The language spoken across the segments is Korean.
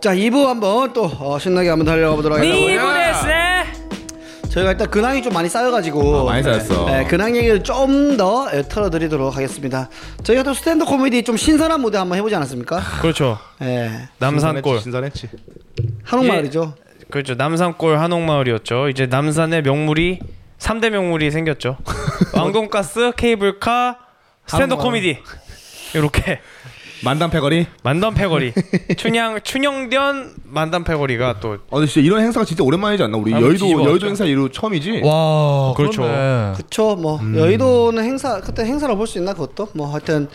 자 2부 한번 또 어, 신나게 한번 달려가 보도록 하겠습니다. 저희가 일단 근황이 좀 많이 쌓여가지고 아, 많이 쌓였어. 네, 네, 그 근황 얘기를 좀 더 털어드리도록 하겠습니다. 저희가 또 스탠드 코미디 좀 신선한 무대 한번 해보지 않았습니까? 그렇죠. 네, 남산골. 신선했지. 신선했지. 한옥마을이죠. 그렇죠. 남산골 한옥마을이었죠. 이제 남산의 명물이 3대 명물이 생겼죠. 왕돈가스, 케이블카, 스탠드 한옥마을. 코미디. 이렇게 만담 패거리. 만담 패거리. 춘향 춘영전 만담 패거리가 또 아 근데 진짜 이런 행사가 진짜 오랜만이지 않나? 우리 아, 여의도 뒤집어 여의도 왔죠. 행사 이후 처음이지. 와 그렇죠. 그렇네. 그쵸 뭐 여의도는 행사 그때 행사로 볼 수 있나 그것도 뭐 하여튼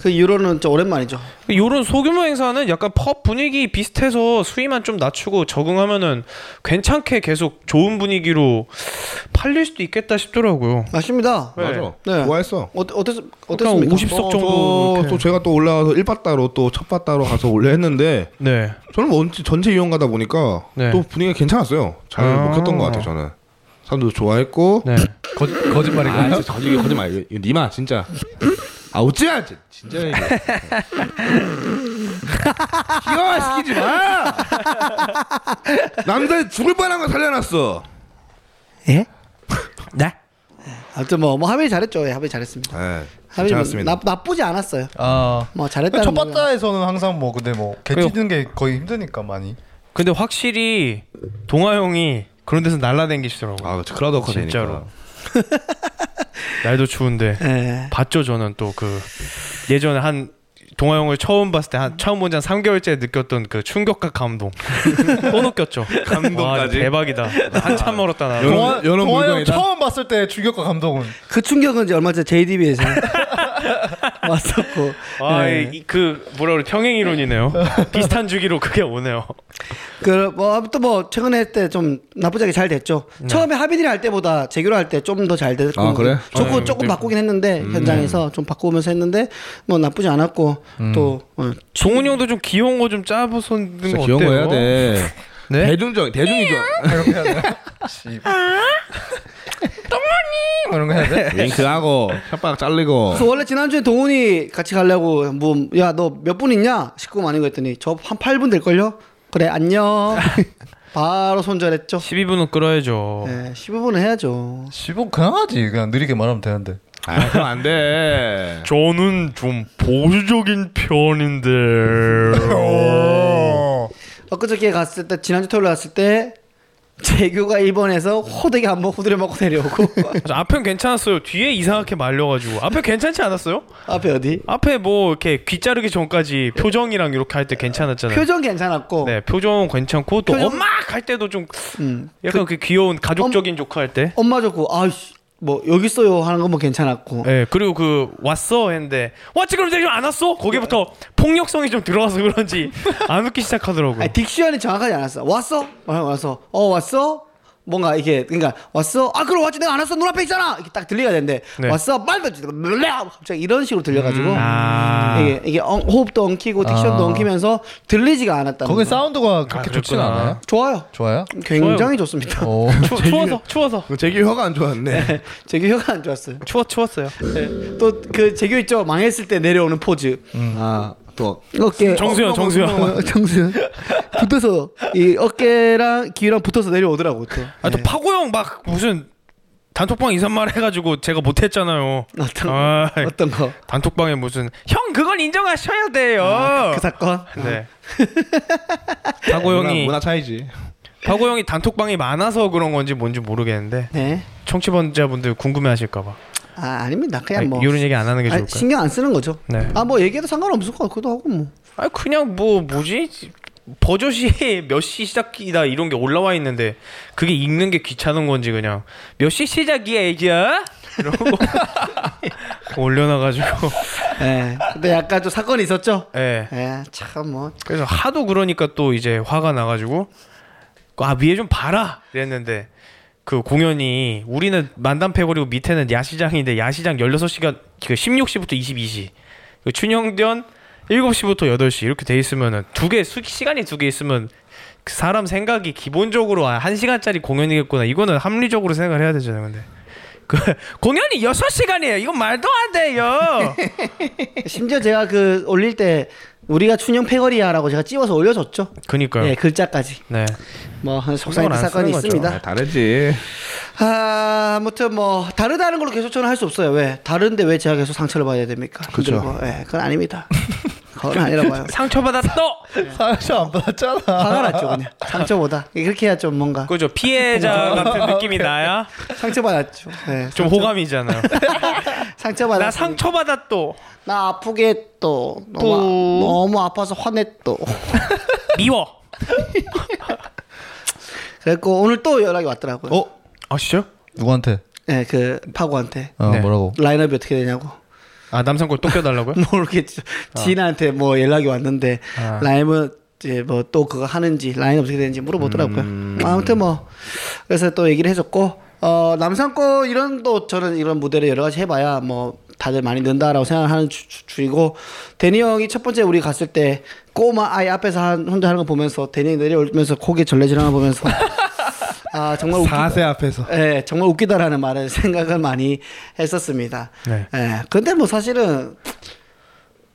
그 이후로는 좀 오랜만이죠. 요런 소규모 행사는 약간 펍 분위기 비슷해서 수위만 좀 낮추고 적응하면은 괜찮게 계속 좋은 분위기로 팔릴 수도 있겠다 싶더라고요. 맞습니다. 맞아. 네. 좋아했어. 어때 어땠 약간 어땠습니까? 50 그러니까 석 어, 정도 저- 또 제가 또 올라가서 1바따로 또 첫바따로 가서 올려 했는데 네. 저는 원체 전체 이용 가다 보니까 네. 또 분위기가 괜찮았어요. 잘 아. 먹혔던 것 같아요. 저는 사람도 좋아했고. 네. 거, 거짓말인가요? 아, 진짜 거짓말 거짓말. 이거- 이거 니마 진짜. 아 웃지마 진짜. 이거. 기가 막히지 마. 남자 죽을 뻔한 거 살려놨어. 예? 네. 아무튼 뭐, 뭐 하빈이 잘했죠. 예, 하빈이 잘했습니다. 네, 하빈이 괜찮았습니다. 나, 나쁘지 않았어요. 아. 뭐 잘했다는 첫 거는- 바다에서는 항상 뭐 근데 뭐개 그리고- 찌는 게 거의 힘드니까 많이. 근데 확실히 동아 형이 그런 데서 날라댕기시더라고요. 아, 그렇죠. 크라우드 워커 진짜로. 되니까. 날도 추운데 네. 예. 봤죠 저는 또 그 예전에 한 동아 형을 처음 봤을 때 한 처음 본지 한 3개월째 느꼈던 그 충격과 감동 또 느꼈죠. 와, 감동까지? 아. 대박이다. 한참 멀었다 나. 이런- 동아 이런 동아 형 물건이다? 처음 봤을 때 충격과 감동은 그 충격은 이제 얼마 전에 JDB에서 왔었고. 아, 네. 예. 이, 그 뭐라 그래 평행 이론이네요. 비슷한 주기로 그게 오네요. 음. 그뭐또뭐 최근에 할 때 좀 나쁘지 않게 잘 됐죠. 처음에 하빈이랑 할 때보다 재규랑 할 때 좀 더 잘 됐고 아, 음. 그래? 조금 어, 예, 조금 바꾸긴 했는데 현장에서 좀 바꾸면서 했는데 뭐 나쁘지 않았고 음. 또 어, 종훈이 형도 좀 귀여운 거 좀 짜보는 거 진짜 어때요? 귀여운 거 해야 돼. 네? 대중적 대중이죠. 이렇게 해야 돼. 씨. 똥머니 이런 거 해야 돼. 윙크하고 혓바닥 잘리고. 그래서 원래 지난주에 동훈이 같이 가려고 뭐 야 너 몇 분 있냐? 19분 아니고 했더니 저 한 8분 될걸요? 그래 안녕 바로 손절했죠 12분은 끌어야죠. 네, 15분은 해야죠 씨발 그냥 하지 그냥 느리게 말하면 되는데. 아 그럼 안 돼. 저는 좀 보수적인 편인데. 엊그저께 갔을 때 지난주 토요일 갔을 때 재규가 일본에서 호되게 한번 호두려 먹고 내려오고 앞엔 괜찮았어요. 뒤에 이상하게 말려가지고 앞에 괜찮지 않았어요? 앞에 어디? 앞에 뭐 이렇게 귀 자르기 전까지 표정이랑 이렇게 할 때 괜찮았잖아요. 표정 괜찮았고 네 표정 괜찮고 또 표정- 엄마 할 때도 좀 음. 약간 그, 귀여운 가족적인 조크 할 때. 엄마 좋고 아이씨 뭐 여기 있어요 하는 건 뭐 괜찮았고 네 그리고 그 왔어 했는데 왔지 그럼 지금 안 왔어? 거기부터 폭력성이 좀 들어가서 그런지 안 웃기 시작하더라고요. 아니, 딕션이 정확하지 않았어 왔어? 말하고 와서 어 왔어? 뭔가 이게 그러니까 왔어? 아 그럼 왔지 내가 안 왔어 눈앞에 있잖아 이렇게 딱 들려야 되는데 네. 왔어? 말도 안 돼. 블레아! 갑자기 이런 식으로 들려가지고 아. 이게, 이게 엉- 호흡도 엉키고 딕션도 아. 엉키면서 들리지가 않았다는 거기 거. 사운드가 그렇게 아, 좋진 그랬구나. 않아요? 좋아요 좋아요? 어. 굉장히 좋습니다 오. 추, 추워서 추워서 재규 혀가 안 좋았네. 재규 혀가 안 좋았어요 추워 추웠어요. 또 그 재규 있죠 망했을 때 내려오는 포즈 아또 어깨 정수현 정수현. 어, 정수현 붙어서 이 어깨랑 귀랑 붙어서 내려오더라고 또. 아 또 파고 형 막 무슨 단톡방 인사말 해가지고 제가 못했잖아요. 어떤 아, 어떤 거? 단톡방에 무슨 형 그건 인정하셔야 돼요. 그 사건? 네. 파고 형이 문화 차이지. 파고 형이 단톡방이 많아서 그런 건지 뭔지 모르겠는데 네. 청취자분들 궁금해하실까봐 아 아닙니다. 그냥 뭐 이런 얘기 안 하는 게 아니, 좋을까요? 신경 안 쓰는 거죠. 네. 아 뭐 얘기해도 상관없을 것 같기도 하고 뭐. 아 그냥 뭐 뭐지 버젓이 몇 시 시작이다 이런 게 올라와 있는데 그게 읽는 게 귀찮은 건지 그냥 몇 시 시작이야 애기야 이런 거 올려놔가지고 예. 근데 약간 좀 사건이 있었죠. 예 예. 참 뭐. 그래서 하도 그러니까 또 이제 화가 나가지고 아 위에 좀 봐라 이랬는데 그 공연이 우리는 만담패거리고 밑에는 야시장인데 야시장 16시간 그 16시부터 22시 그 춘영전 7시부터 8시 이렇게 돼 있으면은 두개 시간이 두 개 있으면 그 사람 생각이 기본적으로 아, 1시간짜리 공연이겠구나 이거는 합리적으로 생각을 해야 되잖아요 근데 그 공연이 6시간이에요. 이건 말도 안 돼요. 심지어 제가 그 올릴 때 우리가 춘영 패거리야라고 제가 찝어서 올려줬죠. 그니까요. 예, 글자까지. 네. 뭐 속상한 안 쓰는 사건이 거죠. 네, 있습니다. 아, 다르지. 아, 아무튼 뭐 다르다는 걸로 계속 저는 할 수 없어요. 왜 다른데 왜 제가 계속 상처를 받아야 됩니까? 그쵸. 힘들고. 예, 그건 아닙니다. 그건 아니라고 봐요. 상처받았어. 상처 안 받았잖아. 화가 났죠 그냥 상처보다 그렇게 해야 좀 뭔가 그죠. 피해자 같은 느낌이 나야 상처받았죠. 예, 좀 호감이잖아요. 나 상처받았. 상처받았어. 나 아프게 또 너무, 또. 아- 너무 아파서 화냈또. 미워. 그랬고 오늘 또 연락이 왔더라고요. 어? 아 진짜요? 누구한테? 예, 그 파고한테 어 네. 뭐라고? 라인업이 어떻게 되냐고. 아 남성골 또 껴달라고요? 어. 모르겠죠. 뭐 지인한테 뭐 연락이 왔는데 아. 라임은 이제 뭐 또 그거 하는지 라인 어떻게 되는지 물어보더라고요. 음. 아무튼 뭐 그래서 또 얘기를 해줬고 어 남성권 이런 또 저는 이런 무대를 여러 가지 해봐야 뭐 다들 많이 는다라고 생각하는 주- 주- 주이고 데니 형이 첫 번째 우리 갔을 때 꼬마 아이 앞에서 한, 혼자 하는 거 보면서 데니 형이 내려오면서 고개 절레절하는 거 보면서 아 정말 웃기다. 앞에서. 예, 정말 웃기다라는 말을 생각을 많이 했었습니다. 네. 예, 근데 뭐 사실은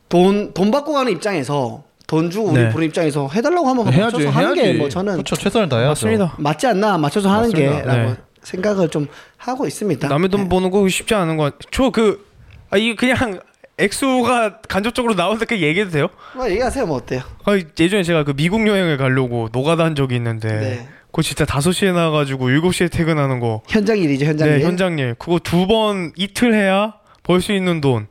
돈, 돈 받고 가는 입장에서 돈 주고 우리 네. 부르는 입장에서 해달라고 하면 그거 해야지, 맞춰서 하는 게 해야지. 뭐 저는 그렇죠 최선을 다해야죠. 맞습니다. 맞지 않나 맞춰서 하는 맞습니다. 게라고 네. 생각을 좀 하고 있습니다. 예, 남의 돈 버는 거 쉽지 않은 거. 저그아이 그냥 엑소가 간접적으로 나오는데 그 얘기해도 돼요? 뭐 얘기하세요, 뭐 어때요? 아 예전에 제가 그 미국 여행을 가려고 노가다 한 적이 있는데 네. 그거 진짜 5시에 나가지고 7시에 퇴근하는 거. 현장 일이죠, 현장 네, 일. 현장일. 그거 두 번 이틀 해야 벌 수 있는 돈.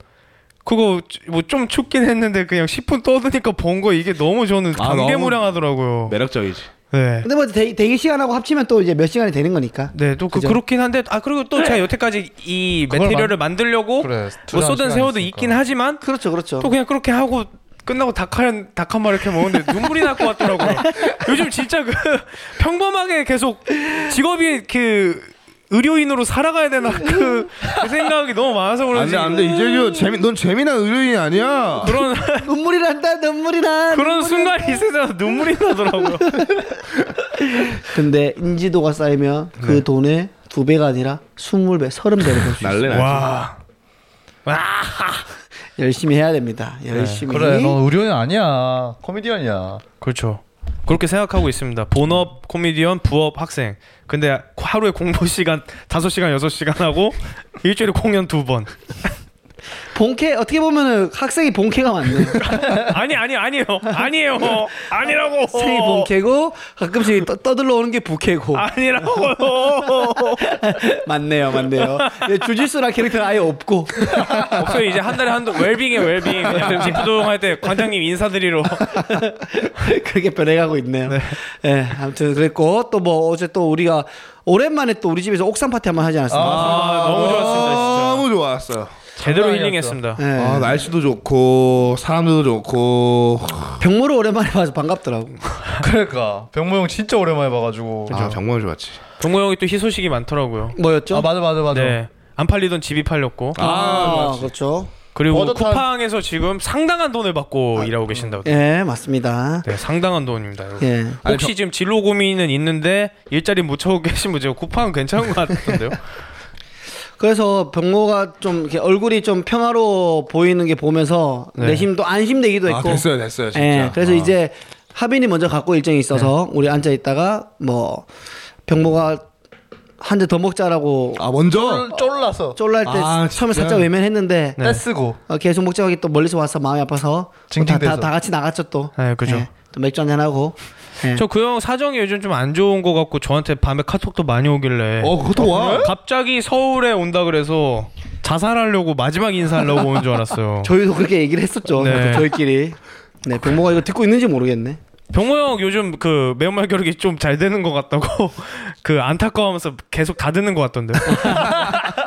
그거 뭐 좀 춥긴 했는데 그냥 10분 떠드니까 번 거 이게 너무 저는 아, 감개무량하더라고요. 매력적이지. 네. 근데 뭐 대, 대기 시간하고 합치면 또 이제 몇 시간이 되는 거니까. 네, 또 그, 그죠? 그렇긴 한데 아 그리고 또 제가 여태까지 이 그걸 메테리얼을 만들려고 그래. 뭐 쏟은 세월도 있긴 하지만 그렇죠, 그렇죠. 또 그냥 그렇게 하고 끝나고 닭한 닭한 마리 이렇게 먹는데 눈물이 날 것 같더라고요. 요즘 진짜 그 평범하게 계속 직업이 그 의료인으로 살아가야 되나 그, 그 생각이 너무 많아서 그런지 안돼 안돼 이재규 재미 넌 재미난 의료인 아니야. 그런 눈물이 난다, 눈물이 나. 그런 순간이 있어서 눈물이 나더라고요. 근데 인지도가 쌓이면 그 돈의 두 배가 아니라 스물 배, 서른 배를 벌수 있어요. 난리 나. 와. 와. 열심히 해야 됩니다. 열심히. 그래 너 의료인 아니야 코미디언이야. 그렇죠. 그렇게 생각하고 있습니다. 본업, 코미디언, 부업, 학생. 근데 하루에 공부 시간 5시간, 6시간 하고 일주일에 공연 두 번. 본캐 어떻게 보면은 학생이 본캐가 맞네. 아니 아니 아니요. 아니에요. 아니라고. 학생이 본캐고 가끔씩 떠, 떠들러 오는 게 부캐고. 아. 아니라고요. 맞네요, 맞네요. 예, 주짓수랑 캐릭터는 아예 없고. 없어요. 이제 한 달에 한도 웰빙에 웰빙. 그냥 집부동 할때 관장님 인사드리러. 그렇게 변해가고 있네요. 예, 아무튼 그랬고 또 뭐 어제 또 우리가 오랜만에 또 우리 집에서 옥상 파티 한번 하지 않았습니까? 아, 너무 좋았습니다, 진짜. 너무 좋았어. 제대로 장난 아니었어. 힐링했습니다. 예. 아 날씨도 좋고 사람도 좋고 아, 병모를 오랜만에 봐서 반갑더라고. 그러니까 병모 형 진짜 오랜만에 봐가지고. 아 정말 좋았지. 동호 형이 또 희소식이 많더라고요. 뭐였죠? 아 맞아 맞아 맞아. 네. 안 팔리던 집이 팔렸고 아, 그렇죠. 그리고 버젓한- 쿠팡에서 지금 상당한 돈을 받고 일하고 계신다고. 예, 맞습니다. 네, 상당한 돈입니다. 여러분. 예. 혹시 지금 진로 고민은 있는데 일자리 못 찾고 계신 분 지금 쿠팡 괜찮은 것 같던데요? 그래서 병모가 좀 이렇게 얼굴이 좀 평화로 보이는 게 보면서 네. 내심도 안심되기도 했고. 아 됐어요 됐어요 진짜. 예, 그래서 아. 네. 이제 하빈이 먼저 갖고 일정이 있어서 우리 앉아 있다가 뭐 병모가 한 대 더 먹자라고 아 먼저 쫄- 쫄라서 쫄랄 때 아, 처음에 진짜? 살짝 외면했는데 네. 떼쓰고 어, 계속 먹자고 하기 또 멀리서 와서 마음이 아파서 뭐 다, 다, 징징대서. 다 같이 나갔죠 또. 네, 그죠. 예, 또 맥주 한잔 하고. 예. 저 그 형 사정이 요즘 좀 안 좋은 것 같고 저한테 밤에 카톡도 많이 오길래 어 그것도 아, 와. 갑자기 서울에 온다 그래서 자살하려고 마지막 인사하려고 오는 줄 알았어요. 저희도 그렇게 얘기를 했었죠. 네. 저희끼리. 네, 병모가 이거 듣고 있는지 모르겠네. 병모 형 요즘 그 매운말 겨루기 좀 잘 되는 것 같다고 그 안타까워하면서 계속 다 듣는 것 같던데요.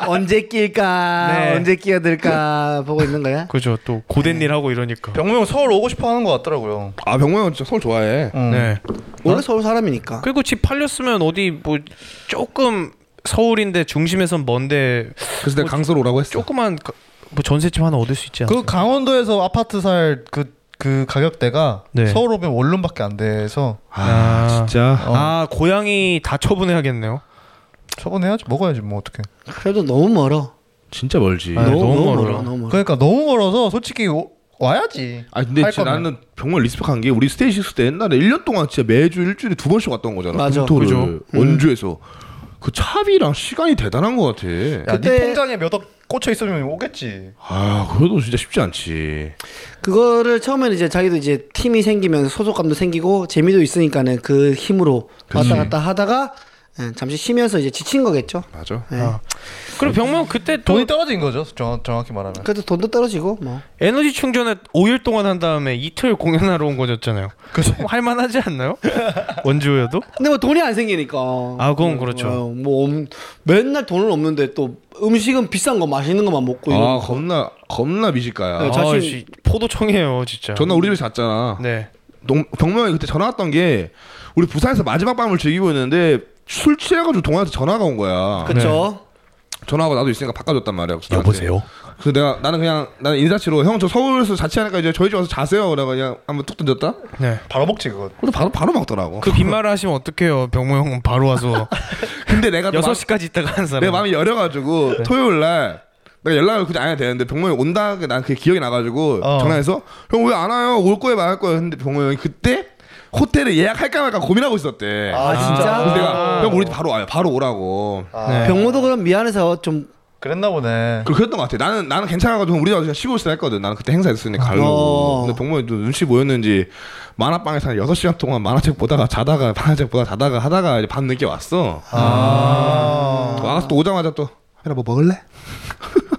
언제 낄까? 네. 언제 끼어들까 보고 있는 거야? 그죠 또 고된 일 하고 이러니까. 병모 형 서울 오고 싶어 하는 것 같더라고요. 아 병모 형 진짜 서울 좋아해. 응. 네. 원래 서울 사람이니까. 그리고 집 팔렸으면 어디 뭐 조금 서울인데 중심에선 먼데 그래서 내가 강서로 오라고 했어. 조그만 가- 뭐 전세집 하나 얻을 수 있지 않나? 그 강원도에서 아파트 살 그 그 가격대가 네. 서울 오면 원룸밖에 안 돼서 아, 진짜. 어. 아 고양이 다 처분해야겠네요. 처분해야지 먹어야지 뭐 어떻게. 그래도 너무 멀어. 진짜 멀지. 아, 너무 멀어요. 너무 멀어. 그러니까 너무 멀어서 솔직히 오- 와야지. 아 근데 할 진짜 거면. 나는 정말 리스펙한 게 우리 스테이식스 때 옛날에 1년 동안 진짜 매주 일주일에 두 번씩 왔던 거잖아. 맞아. 토를 음. 그죠. 원주에서 그 차비랑 시간이 대단한 것 같아. 야, 네 그때- 통장에 몇 억 꽂혀 있으면 오겠지. 아 그래도 진짜 쉽지 않지. 그거를 처음에는 이제 자기도 이제 팀이 생기면서 소속감도 생기고 재미도 있으니까는 그 힘으로 왔다 갔다 하다가 예, 잠시 쉬면서 이제 지친 거겠죠. 맞아. 예. 아. 그리고 병문 그때 또 돈이 떨어진 거죠. 정, 정확히 말하면. 그래도 돈도 떨어지고 뭐. 에너지 충전에 5일 동안 한 다음에 이틀 공연하러 온 거였잖아요. 그죠. 할만하지 않나요? 원주여도? 근데 뭐 돈이 안 생기니까. 아, 그건 그렇죠. 어, 뭐 엄- 맨날 돈은 없는데 또 음식은 비싼 거 맛있는 것만 먹고 아 어, 이런 거. 겁나 겁나 미식가야. 네, 아, 자신- 씨, 포도청이에요, 진짜. 전날 우리 집에서 잤잖아. 네. 농- 병명이 그때 전화 왔던 게 우리 부산에서 마지막 밤을 즐기고 있는데 술 취해가지고 동아한테 전화가 온 거야. 그렇죠. 전화하고 나도 있으니까 바꿔줬단 말이야. 그래서 나한테. 그래서 내가 나는 그냥 나는 인사치로 형 저 서울에서 자취하니까 이제 저희 집 와서 자세요. 그래가 그냥 한번 툭 던졌다. 네. 바로 먹지 그거. 그래서 바로 바로 먹더라고. 그 빈말을 하시면 어떡해요. 병모 형은 바로 와서 근데 내가 또 마- 6시까지 있다가 한 사람. 내 마음이 여려가지고 네. 토요일 날 내가 연락을 그냥 안 해도 되는데 병모형이 온다 난 그게 기억이 나가지고 어. 전화해서 형 왜 안 와요 올 거예요 말할 거예요 했는데 병모형이 그때 호텔을 예약할까 말까 고민하고 있었대 아, 진짜? 그래서 내가 형 우리 집 바로 와요 바로 오라고 아, 네. 병모도 그럼 미안해서 좀 그랬나 보네. 그- 그랬던 것 같아 나는 나는 괜찮아가지고 우리 집 와서 그냥 쉬고 있으라 했거든 나는 그때 행사 있으니까 가려고 어. 근데 병모형이 또 눈치 보였는지 만화방에서 한 6시간 동안 만화책 보다가 자다가 만화책 보다 자다가 하다가 이제 밤늦게 왔어 아. 와서 또 오자마자 또 형아 뭐 먹을래?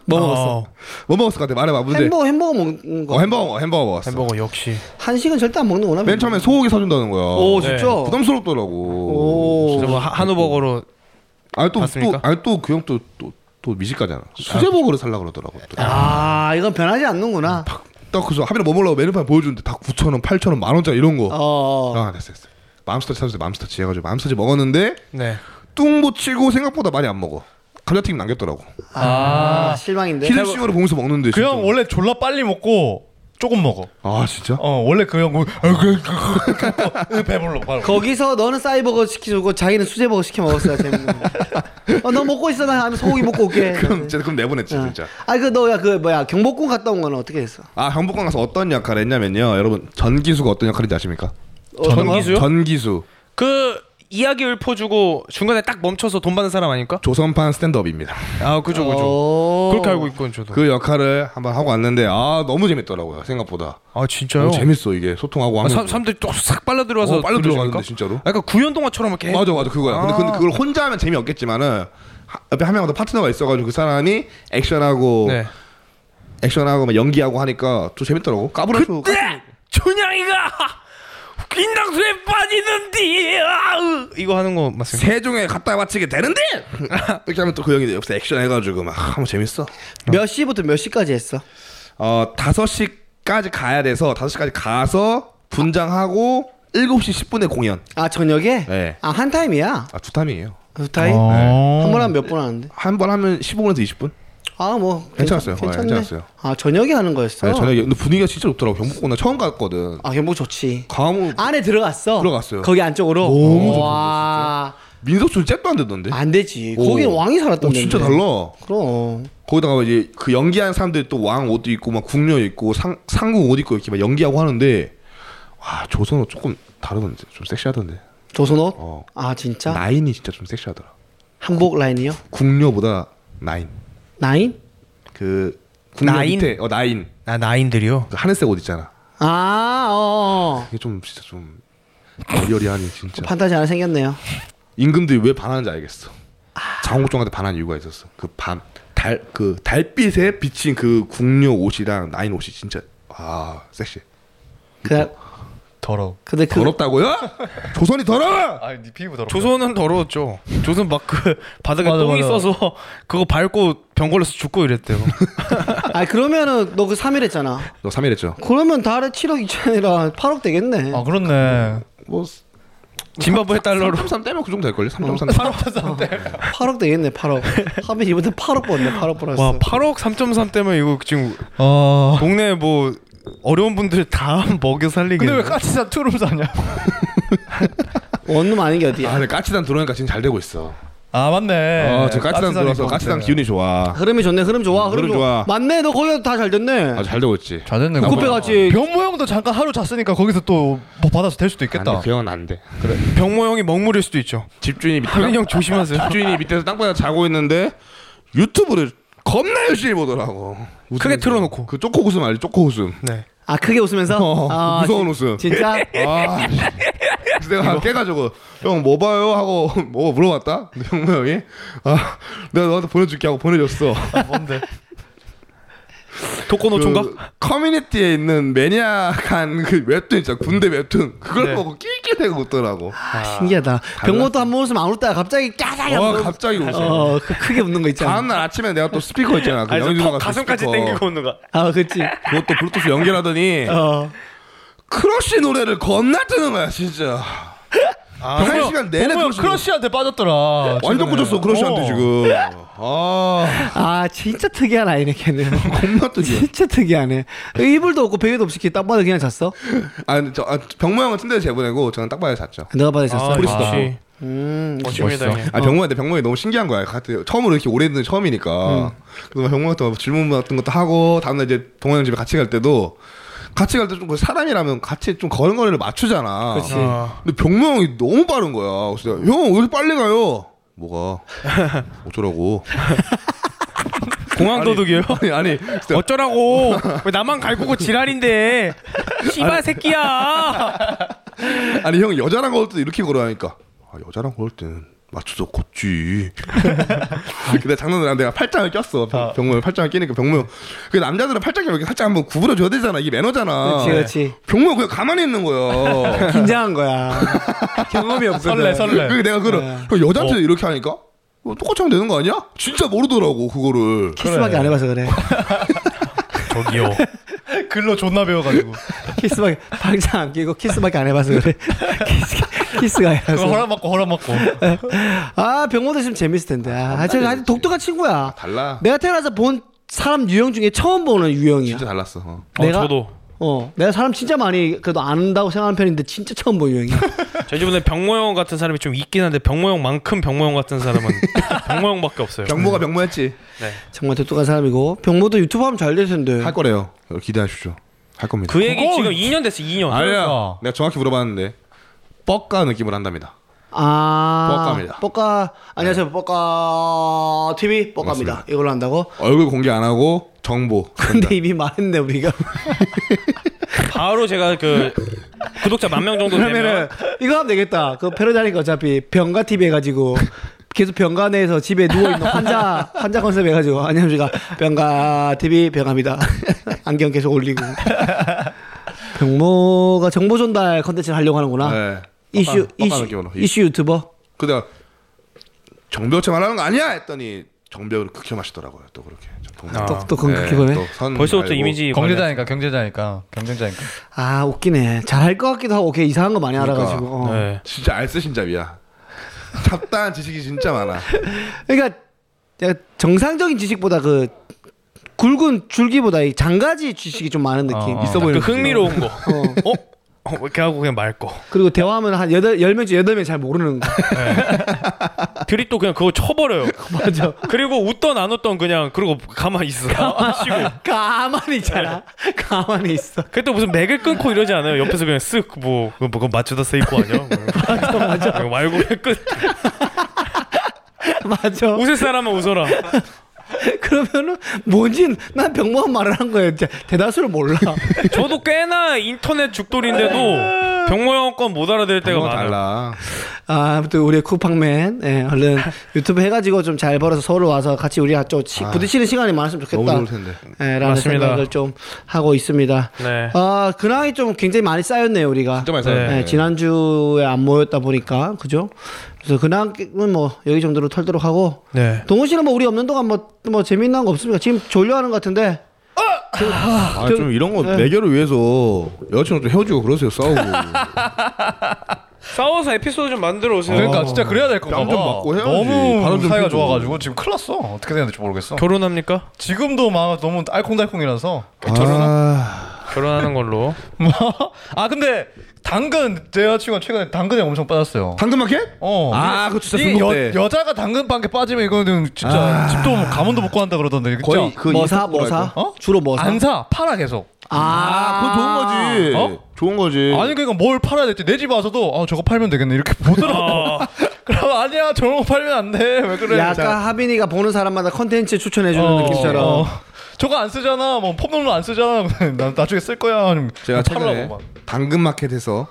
아, 뭐 먹었어? 뭐 먹었을 것 같아 말해봐 문제 햄버거 햄버거 먹는 거. 어, 햄버거 먹어, 햄버거 먹었어. 햄버거 역시. 한식은 절대 안 먹는구나. 맨 처음에 소고기 사준다는 거야. 오 네. 진짜. 부담스럽더라고. 오. 저뭐 하- 한우버거로 아니 봤습니까? 또또 아니 또 그 형 또 또 또 미식가잖아. 수제버거를 살라 그러더라고. 또. 아 이건 변하지 않는구나. 딱 그래서 하빈이 뭐 먹으려고 메뉴판 보여주는데 다 9천 원, 8천 원, 만 원짜리 이런 거. 어. 아 됐어 됐어. 맘스터치 사주세요. 맘스터치 해가지고 맘스터치 먹었는데 네. 뚱보 치고 생각보다 많이 안 먹어. 감자튀김 남겼더라고. 아, 실망인데. 힐링싱으로 보면서 먹는데. 그 형 진짜. 원래 졸라 빨리 먹고 조금 먹어. 아 진짜? 어 원래 그 형 배불러 바로. 거기서 너는 사이버거 시키고 자기는 수제버거 시켜 먹었어야 재밌는 거. 어, 너 먹고 있어 나 하면 소고기 먹고 올게. 그럼 진짜 그럼 내보냈지 어. 진짜. 아그 너야 그 뭐야 경복궁 갔다 온 거는 어떻게 됐어? 아 경복궁 가서 어떤 역할을 했냐면요, 여러분 전기수가 어떤 역할인지 아십니까? 어, 전기수요? 전기수 그 이야기 읊어주고 중간에 딱 멈춰서 돈 받는 사람 아닙니까? 조선판 스탠드업입니다. 아, 그죠, 그죠. 어. 그렇게 알고 있건 저도. 그 역할을 한번 하고 왔는데 아 너무 재밌더라고요 생각보다 아, 진짜요? 너무 재밌어 이게 소통하고 아, 하면서 사, 사람들이 또싹 빨라 들어와서 어, 빨려 그러지 들어가는데 않을까? 진짜로 아, 약간 구연 동화처럼 이렇게 해- 맞아 맞아 그거야 근데, 근데 그걸 혼자 하면 재미없겠지만은 하- 옆에 한 명 더 파트너가 있어가지고 그 사람이 액션하고 네. 액션하고 막 연기하고 하니까 또 재밌더라고 까불어서 네! 준양이가 인당수에 빠지는디 아으! 이거 하는 거 맞습니까? 세종에 갖다 바치게 되는데 이렇게 하면 또 그 형이 옆에서 액션 해가지고 막 하면 재밌어 몇 시부터 몇 시까지 했어? 어 5시까지 가야 돼서 5시까지 가서 분장하고 7시 10분에 공연 아 저녁에? 네. 아한 타임이야. 아 두 타임이에요 두 타임? 어. 한 번 하면 몇 분 하는데? 한 번 하면 15분에서 20분? 아 뭐 괜찮았어요. 어, 괜찮네. 괜찮았어요. 아 저녁에 하는 거였어? 네, 저녁에 근데 분위기가 진짜 좋더라고. 경복궁 나 처음 갔거든. 아 경복 좋지. 강화문 안에 들어갔어. 음. 들어갔어요. 거기 안쪽으로. 너무 와. 민속촌 잽도 안 됐던데. 안 되지. 네? 오. 아, 거기 왕이 살았던 오, 진짜 데인데. 달라. 그럼. 거기다가 이제 그 연기하는 사람들이 또 왕 옷도 입고 막 궁녀 입고 상 상궁 옷 입고 이렇게 막 연기하고 하는데 와 조선 옷 조금 다르던데 좀 섹시하던데. 조선옷? 어. 아 진짜? 나인이 진짜 좀 섹시하더라. 한복 라인이요? 궁녀보다 나인. 나인? 그 궁녀 나인? 밑에 어 나인. 아, 나인들이요? 그 하늘색 옷 있잖아. 아, 어. 그게 좀 진짜 좀 여리여리하니 진짜. 판타지 하나 생겼네요. 임금들이 왜 반하는지 알겠어. 장국종한테 반한 이유가 있었어. 그밤달 그 달빛에 비친 그 궁녀 옷이랑 나인 옷이 진짜 아 섹시. 뭐, 그 더러. 근데 그 더럽다고요? 조선이 더러워. 아니 네 피부 더러. 조선은 더러웠죠. 조선 막 그 바닥에 맞아, 똥이 맞아. 써서 그거 밟고 병 걸려서 죽고 이랬대요. 아 그러면은 너 그 3일 했잖아. 너 3일 했죠? 그러면 달에 7억 2천이라 8억 되겠네. 어. 아 그렇네. 뭐 짐바브웨 달러로 3.3 떼면 그 정도 될 걸요. 3.3 아, 팔 8억 되겠네. 8억. 하빈 이번에 8억 벌네. 8억 벌었어. 와 8억 3.3 때문에 이거 지금 어. 동네 뭐 어려운 분들 다 먹여 살리게. 근데 왜 까치사 투룸 사냐? 원룸 아닌 게 아 어디야? 네. 근데 까치단 들어오니까 지금 잘 되고 있어. 아 맞네. 아, 지금 까치당 까치산이 들어서 있거든. 까치당 기운이 좋아. 흐름이 좋네. 흐름 좋아. 음, 흐름, 흐름 좋아. 좋아. 맞네. 너 거기 다잘 됐네. 아, 잘 되고 있지. 잘 됐네. 구급해 같이 병모 형도 잠깐 하루 잤으니까 거기서 또 뭐 받아서 될 수도 안 있겠다. 돼, 그 형은 안 돼. 병모 형이 먹물일 수도 있죠. 집주인이 밑에 하빈 형 조심하세요. 집주인이 밑에서 땅바닥 자고 있는데 유튜브를 겁나 열심히 보더라고. 크게 웃으면서. 틀어놓고. 그 쪼코 웃음 알지? 쪼코 웃음. 네. 아 크게 웃으면서 어, 아, 무서운 웃음. 진- 진짜 아, 씨. 그래서 내가 깨가지고 형 뭐 봐요 하고 뭐 물어봤다. 근데 형모 형이 아 내가 너한테 보내줄게 하고 보내줬어. 뭔데? 독거노총각? 그 커뮤니티에 있는 매니악한 그 웹툰 있잖아 군대 웹툰 그걸 네. 아, 보고 낄낄대고 웃더라고. 아, 신기하다. 병모도 한 번 웃으면 안 웃다가 갑자기 짜자야. 어 갑자기 웃어. 어, 그 크게 웃는 거 있잖아. 다음날 아침에 내가 또 스피커 있잖아. 그 아니, 영희 저 턱 누나가 그 가슴까지 스피커. 땡기고 오는 거. 아, 그치. 그것도 블루투스 연결하더니 어. 크러쉬 노래를 겁나 뜨는 거야 진짜. 한 병모 형- 시간 내내 병모 형 크러쉬 크러쉬한테 빠졌더라. 완전 최근에. 꽂혔어 크러쉬한테 어. 지금. 아 아, 진짜 특이한 아이네, 걔는. 겁나 뜨지. 진짜 특이하네. 이불도 없고 베개도 없이 이렇게 땅바닥에 그냥 잤어? 아니 저 아, 병모 형은 침대에 재보내고 저는 딱바에 잤죠. 내가 바닥에 아, 잤어. 아, 프리스타. 역시. 음. 멋집니다. 멋있어. 형님. 아 병모한테 병모이 너무 신기한 거야. 같은 처음으로 이렇게 오래 있는 처음이니까. 그래서 병모한테 막 질문 같은 것도 하고 다음날 이제 동원 형 집에 같이 갈 때도 같이 갈 때 좀그 사람이라면 같이 좀 걸음걸이를 맞추잖아. 어. 그치. 아, 근데 병모 형이 너무 빠른 거야. 그래서 내가, 형왜 이렇게 빨리 가요? 뭐가 어쩌라고? 공항 도둑이에요? 아니 아니 진짜 어쩌라고 왜 나만 갈구고 지랄인데 씨발 새끼야 아니 형 여자랑 걸을 때 이렇게 걸어하니까 아, 여자랑 걸을 때는 맞춰서 걷지. 근데 장난을 안 내가 팔짱을 꼈어. 아. 병- 병모 형 팔짱을 끼니까 병모 형. 그 남자들은 팔짱 이렇게 살짝 한번 구부려 줘야 되잖아. 이게 매너잖아. 그렇지, 그렇지. 병모 형 그냥 가만히 있는 거야. 긴장한 거야. 경험이 없어. 설레 설레. 그리고 내가 그걸 네. 형 여자한테 이렇게 하니까 어, 똑같이 하면 되는 거 아니야? 진짜 모르더라고 그거를. 키스밖에 그래. 안 해봐서 그래. 저기요 어, 글로 존나 배워가지고. 키스밖에, 방장 안 끼고 키스밖에 안 해봐서 그래. 키스, 키스가 그거 아니라서. 허락받고 허락받고. 아, 병모도 지금 재밌을 텐데. 아, 하여튼 하여튼 독특한 친구야. 달라. 내가 태어나서 본 사람 유형 중에 처음 보는 유형이야. 진짜 달랐어. 어. 내가- 어, 저도 어, 내가 사람 진짜 많이 그래도 안다고 생각하는 편인데 진짜 처음 본 유형이야. 저 주변에 병모형 같은 사람이 좀 있긴 한데 병모형만큼 병모형 같은 사람은 병모형밖에 네. 없어요 병모가 병모했지. 정말 독특한 사람이고 병모도 유튜브 하면 잘 될 텐데. 할 거래요. 기대하십시오. 할 겁니다. 그 얘기 그거- 지금 2년 됐어 2년 아니야. 그러니까. 내가 정확히 물어봤는데 뻑가 느낌을 한답니다. 아, 뻑갑니다. 네. 뻑가 안녕하세요. 뻑가 TV 뻑갑니다. 맞습니다. 이걸로 한다고. 얼굴 공개 안 하고 정보. 근데 이미 말했네 우리가. 바로 제가 그 구독자 만 명 정도 그러면은 되면 이거 하면 되겠다. 그 패러다니까 어차피 병가 TV 해가지고 계속 병가 내에서 집에 누워 있는 환자 환자 컨셉 해가지고 안녕하십니까 병가 TV 병합니다. 안경 계속 올리고. 병모가 정보 전달 컨텐츠를 하려고 하는구나. 네. 아, 이슈 뻑가- 뻑가 이슈 느낌으로. 이슈 유튜버 근데 내가 정배우체 말하는 거 아니야 했더니 정배우를 극혐하시더라고요. 또 그렇게. 아. 또 또 그렇게 보네. 음, 벌써부터 이미지 경제자니까 경제자니까 경쟁자니까. 아 웃기네. 잘할 것 같기도 하고 걔 이상한 거 많이 알아가지고. 어. 관리- 네. 진짜 알쓰신잡이야. 잡다한 지식이 진짜 많아. 그러니까 내가 정상적인 지식보다 그 굵은 줄기보다 이 장가지 지식이 좀 많은 느낌. 어. 있어 그뭐 보이는. 느낌. 흥미로운 거 어? 어, 이렇게 하고 그냥 말고 그리고 대화하면 한 여덟 열 명 중 여덟 명 잘 모르는 거. 들이 또 그냥 그거 쳐버려요 맞아. 그리고 웃던 안 웃던 그냥 그러고 가만히 있어 쉬고 가만히 있잖아. 네. 가만히 있어. 그게 또 무슨 맥을 끊고 이러지 않아요? 옆에서 그냥 쓱뭐 그거 뭐 맞추다 세이코 아니야? 맞아 맞아 말고 그냥 끝 맞아. 웃을 사람은 웃어라 그러면은 뭔지 난 병모한 말을 한 거예요. 진짜 대다수를 몰라. 저도 꽤나 인터넷 죽돌인데도 병모형 건 못 알아들 때가 그건 많아요 달라. 아, 아무튼 우리의 쿠팡맨, 예, 얼른 유튜브 해가지고 좀 잘 벌어서 서울 와서 같이 우리가 좀 치- 부딪히는 시간이 많았으면 아. 너무 좋겠다. 좋을 텐데. 예, 라는 맞습니다. 생각을 좀 하고 있습니다. 네 아 근황이 좀 굉장히 많이 쌓였네요 우리가. 진짜 많이 네. 쌓였네. 네, 지난주에 안 모였다 보니까 그죠? 그래서 근황은 뭐 여기 정도로 털도록 하고 네. 동훈 씨는 뭐 우리 없는 동안 뭐 뭐 재미난 거 없습니까? 지금 졸려하는 것 같은데 아, 그 좀 이런 네. 거 내결을 위해서 여자친구 좀 헤어지고 그러세요. 싸우고. 아. 싸워서 에피소드 좀 만들어 오세요 그러니까 진짜 그래야 될 건가 뺨좀 맞고 봐. 해야지. 너무 발언 좀 사이가 해줘. 좋아가지고 지금 큰일 났어. 어떻게 해야 될지 모르겠어. 결혼합니까? 지금도 막 너무 알콩달콩이라서. 아, 결혼하는 걸로 뭐? 아 근데 당근 제 여자친구가 최근에 당근에 엄청 빠졌어요. 당근마켓? 어. 아, 그거 진짜 이 중독돼. 여, 여자가 당근방에 빠지면 이거는 진짜 집도 못- 가문도 못 구한다 그러던데. 진짜. 거의 그 뭐사 이거 뭐사? 어? 주로 뭐사? 안 사. 팔아 계속. 아, 그거 좋은 거지. 어? 좋은 거지. 아니 그러니까 뭘 팔아야 될지 내 집 와서도 아 저거 팔면 되겠네 이렇게 보더라고. 그럼 아니야 저런 거 팔면 안 돼. 왜 그래? 네, 자, 약간 하빈이가 보는 사람마다 컨텐츠 추천해 주는 어, 느낌처럼. 어. 저거 안 쓰잖아. 뭐 폼롤러 안 쓰잖아. 나 나중에 쓸 거야. 아니면 제가 최근에 팔라고 막. 당근마켓에서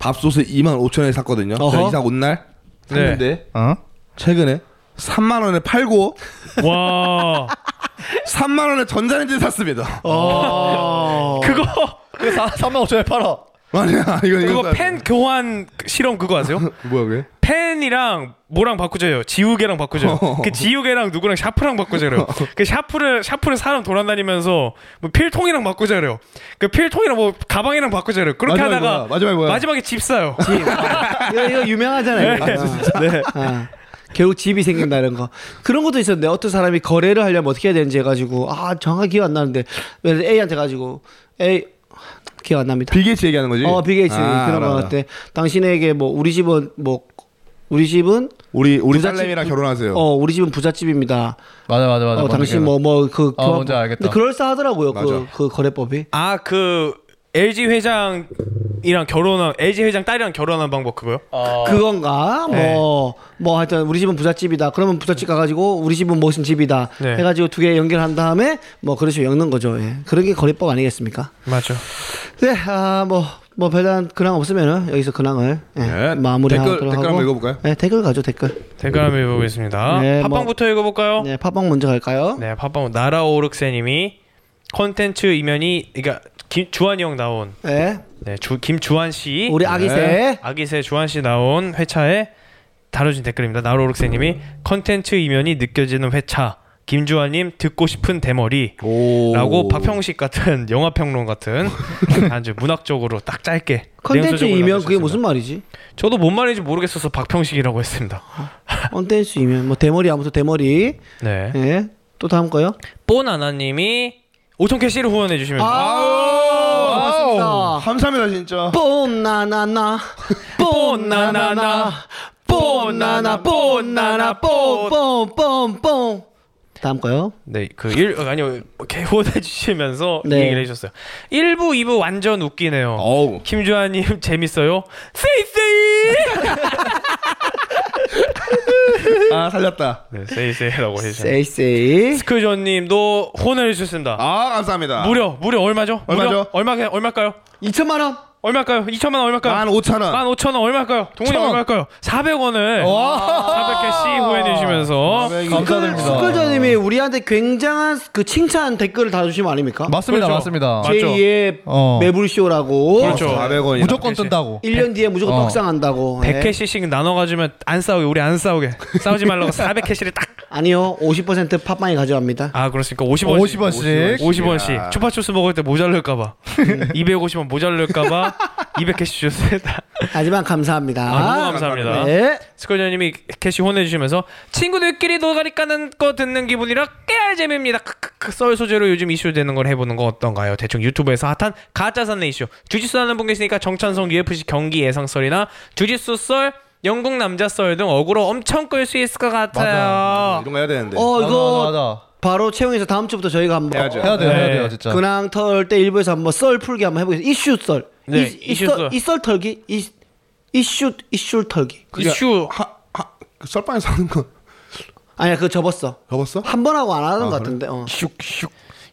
밥솥을 2만 5천 원에 샀거든요. 제가 어허. 이사 온 날 샀는데 어? 최근에 3만 원에 팔고 와 3만 원에 전자레인지 샀습니다. 어. 그거 그래 3만 5천에 팔아. 아니야 이거 이거 그거 펜 교환 실험 그거 아세요? 뭐야 그게? 펜이랑 뭐랑 바꾸자요. 지우개랑 바꾸자요. 그 지우개랑 누구랑 샤프랑 바꾸자요. 그 샤프를 샤프를 사람 돌아다니면서 뭐 필통이랑 바꾸자요. 그 필통이랑 뭐 가방이랑 바꾸자요. 그렇게 마지막에 하다가 뭐야? 마지막에 뭐야? 마지막에 집 사요. 이거, 이거 유명하잖아요. 이거. 네. 아, 결국 집이 생긴다 이런 거 그런 것도 있었는데 어떤 사람이 거래를 하려면 어떻게 해야 되는지 해가지고 아 정확히 기억 안 나는데 예를 들어 A한테 가지고 A 기억 안 납니다. 빌게이츠 얘기하는 거지? 어 비게이츠 아, 그런 알아, 거 알아. 같아. 당신에게 뭐 우리 집은 뭐 우리 집은 우리 우리 부잣집- 딸내미랑 결혼하세요. 어 우리 집은 부잣집입니다. 맞아 맞아 맞아. 어, 당신 뭐 뭐그 아, 뭔지 알겠다. 근데 그럴싸하더라고요 그 그 맞아. 거래법이. 아 그 LG 회장이랑 결혼한 LG 회장 딸이랑 결혼한 방법 그거요? 그건가 뭐 뭐 하여튼 우리 집은 부잣집이다 그러면 부잣집 가가지고 우리 집은 무슨 집이다 네. 해가지고 두 개 연결한 다음에 뭐 그런 식으로 엮는 거죠 예. 그런 게 거래법 아니겠습니까 맞아. 네아뭐 뭐 별다른 근황 없으면은 여기서 근황을 예, 네. 마무리하도록 댓글- 하고 댓글 한번 읽어볼까요? 네 댓글 가죠 댓글 댓글 한번 읽어보겠습니다. 뭐. 네, 팟빵부터 읽어볼까요? 네 팝빵 먼저 갈까요 네, 팟빵 나라오르세님이 컨텐츠 이면이 그러니까 김, 주한이 형 나온 네, 네, 주, 김주한 씨 우리 아기새 네. 아기새 주한 씨 나온 회차에 다뤄진 댓글입니다. 나로록세님이 컨텐츠 이면이 느껴지는 회차. 김주환님 듣고 싶은 대머리라고 오. 박평식 같은 영화 평론 같은 아주 문학적으로 딱 짧게 컨텐츠 내용서적으로 이면 그게 남겨주셨습니다. 무슨 말이지 저도 뭔 말인지 모르겠어서 박평식이라고 했습니다. 컨텐츠 이면 뭐 대머리 아무튼 대머리 네, 예또 다음 거요 뽀나나님이 오천 캐시를 후원해 아, 주시면 아우 반갑습니다 감사합니다 진짜. 뽀나나나 뽀나나나 뽀나나 뽀나나 뽀뽀뽀뽀 다음 거요 네, 그 일 아니요 이렇게 후원해 주시면서 네. 얘기를 해주셨어요. 1부, 2부 완전 웃기네요. 어우. 김주환님 재밌어요. 세이세이. 아 살렸다. 네, 세이세이라고 해주셨어요. 세이세이 스크존님도 후원해 주셨습니다. 아 감사합니다. 무려 무려 얼마죠? 얼마죠? 얼마 얼마일까요? 2천만 원 얼마일까요? 2천만 원 얼마일까요? 만 오천 원. 15,000원 얼마일까요? 동훈이 천. 얼마일까요? 400원을 400개씩 후원해 주시면서 아, 네. 감사드립니다. 스쿨저님이 우리한테 굉장한 그 칭찬 댓글을 달아주신 거 아닙니까? 맞습니다 그렇죠. 맞습니다. 맞- 제2의 어. 매불쇼라고 그렇죠. 어, 400원이나. 아, 무조건 뜬다고. 1년 뒤에 무조건 어. 떡상한다고 예. 100캐시씩 나눠 가지면 안 싸우게 우리 안 싸우게 싸우지 말라고 400캐시를 딱 아니요 50% 팟빵이 가져갑니다 아 그렇습니까 50원씩 아. 50 원씩. 50원씩 추파추스 먹을 때 모자랄까봐 250원 모자랄까봐 200캐시 주셨습니다 하지만 감사합니다 아, 너무 감사합니다 네. 스컬저님이 캐시 혼내주시면서 친구들끼리 노가리 까는 거 듣는 기분이라 깨알 재미입니다 크크크 썰 소재로 요즘 이슈 되는 걸 해보는 거 어떤가요 대충 유튜브에서 핫한 가짜 산내 이슈 주짓수 하는 분 계시니까 정찬성 UFC 경기 예상 썰이나 주짓수 썰 영국 남자 썰 등 어그로 엄청 끌 수 있을 것 같아요 이런 거 해야 되는데. 어 이거 맞아, 맞아. 바로 채용해서 다음 주부터 저희가 한번 해야죠. 네. 해야 돼요 해야 네. 돼요 진짜. 근황 털 때 일부에서 한번 썰 풀기 한번 해보겠습니다. 이슈 썰. 네, 이, 이슈 슈 썰. 썰. 이썰 털기. 이, 이슈 이슈 털기. 이슈 하하 그 썰빵에서 하는 거 아니야 그거 접었어. 접었어? 한 번 하고 안 아, 하는 것 같은데. 어.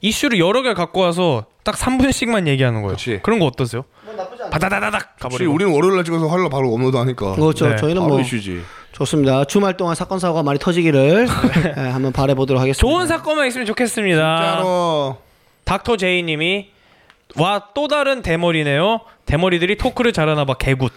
이슈를 여러 개 갖고 와서 딱 3분씩만 얘기하는 거예요. 그치. 그런거 어떠세요? 바다다다닥 혹시 가버리고. 우리는 월요일날 찍어서 화요일 바로 업로드하니까. 그렇죠. 네, 저희는 바로 뭐 이슈지. 좋습니다. 주말 동안 사건 사고가 많이 터지기를 아, 네. 예, 한번 바래 보도록 하겠습니다. 좋은 사건만 있으면 좋겠습니다. 짜로. 닥터 제이 님이 와 또 다른 대머리네요. 대머리들이 토크를 잘하나 봐 개굿.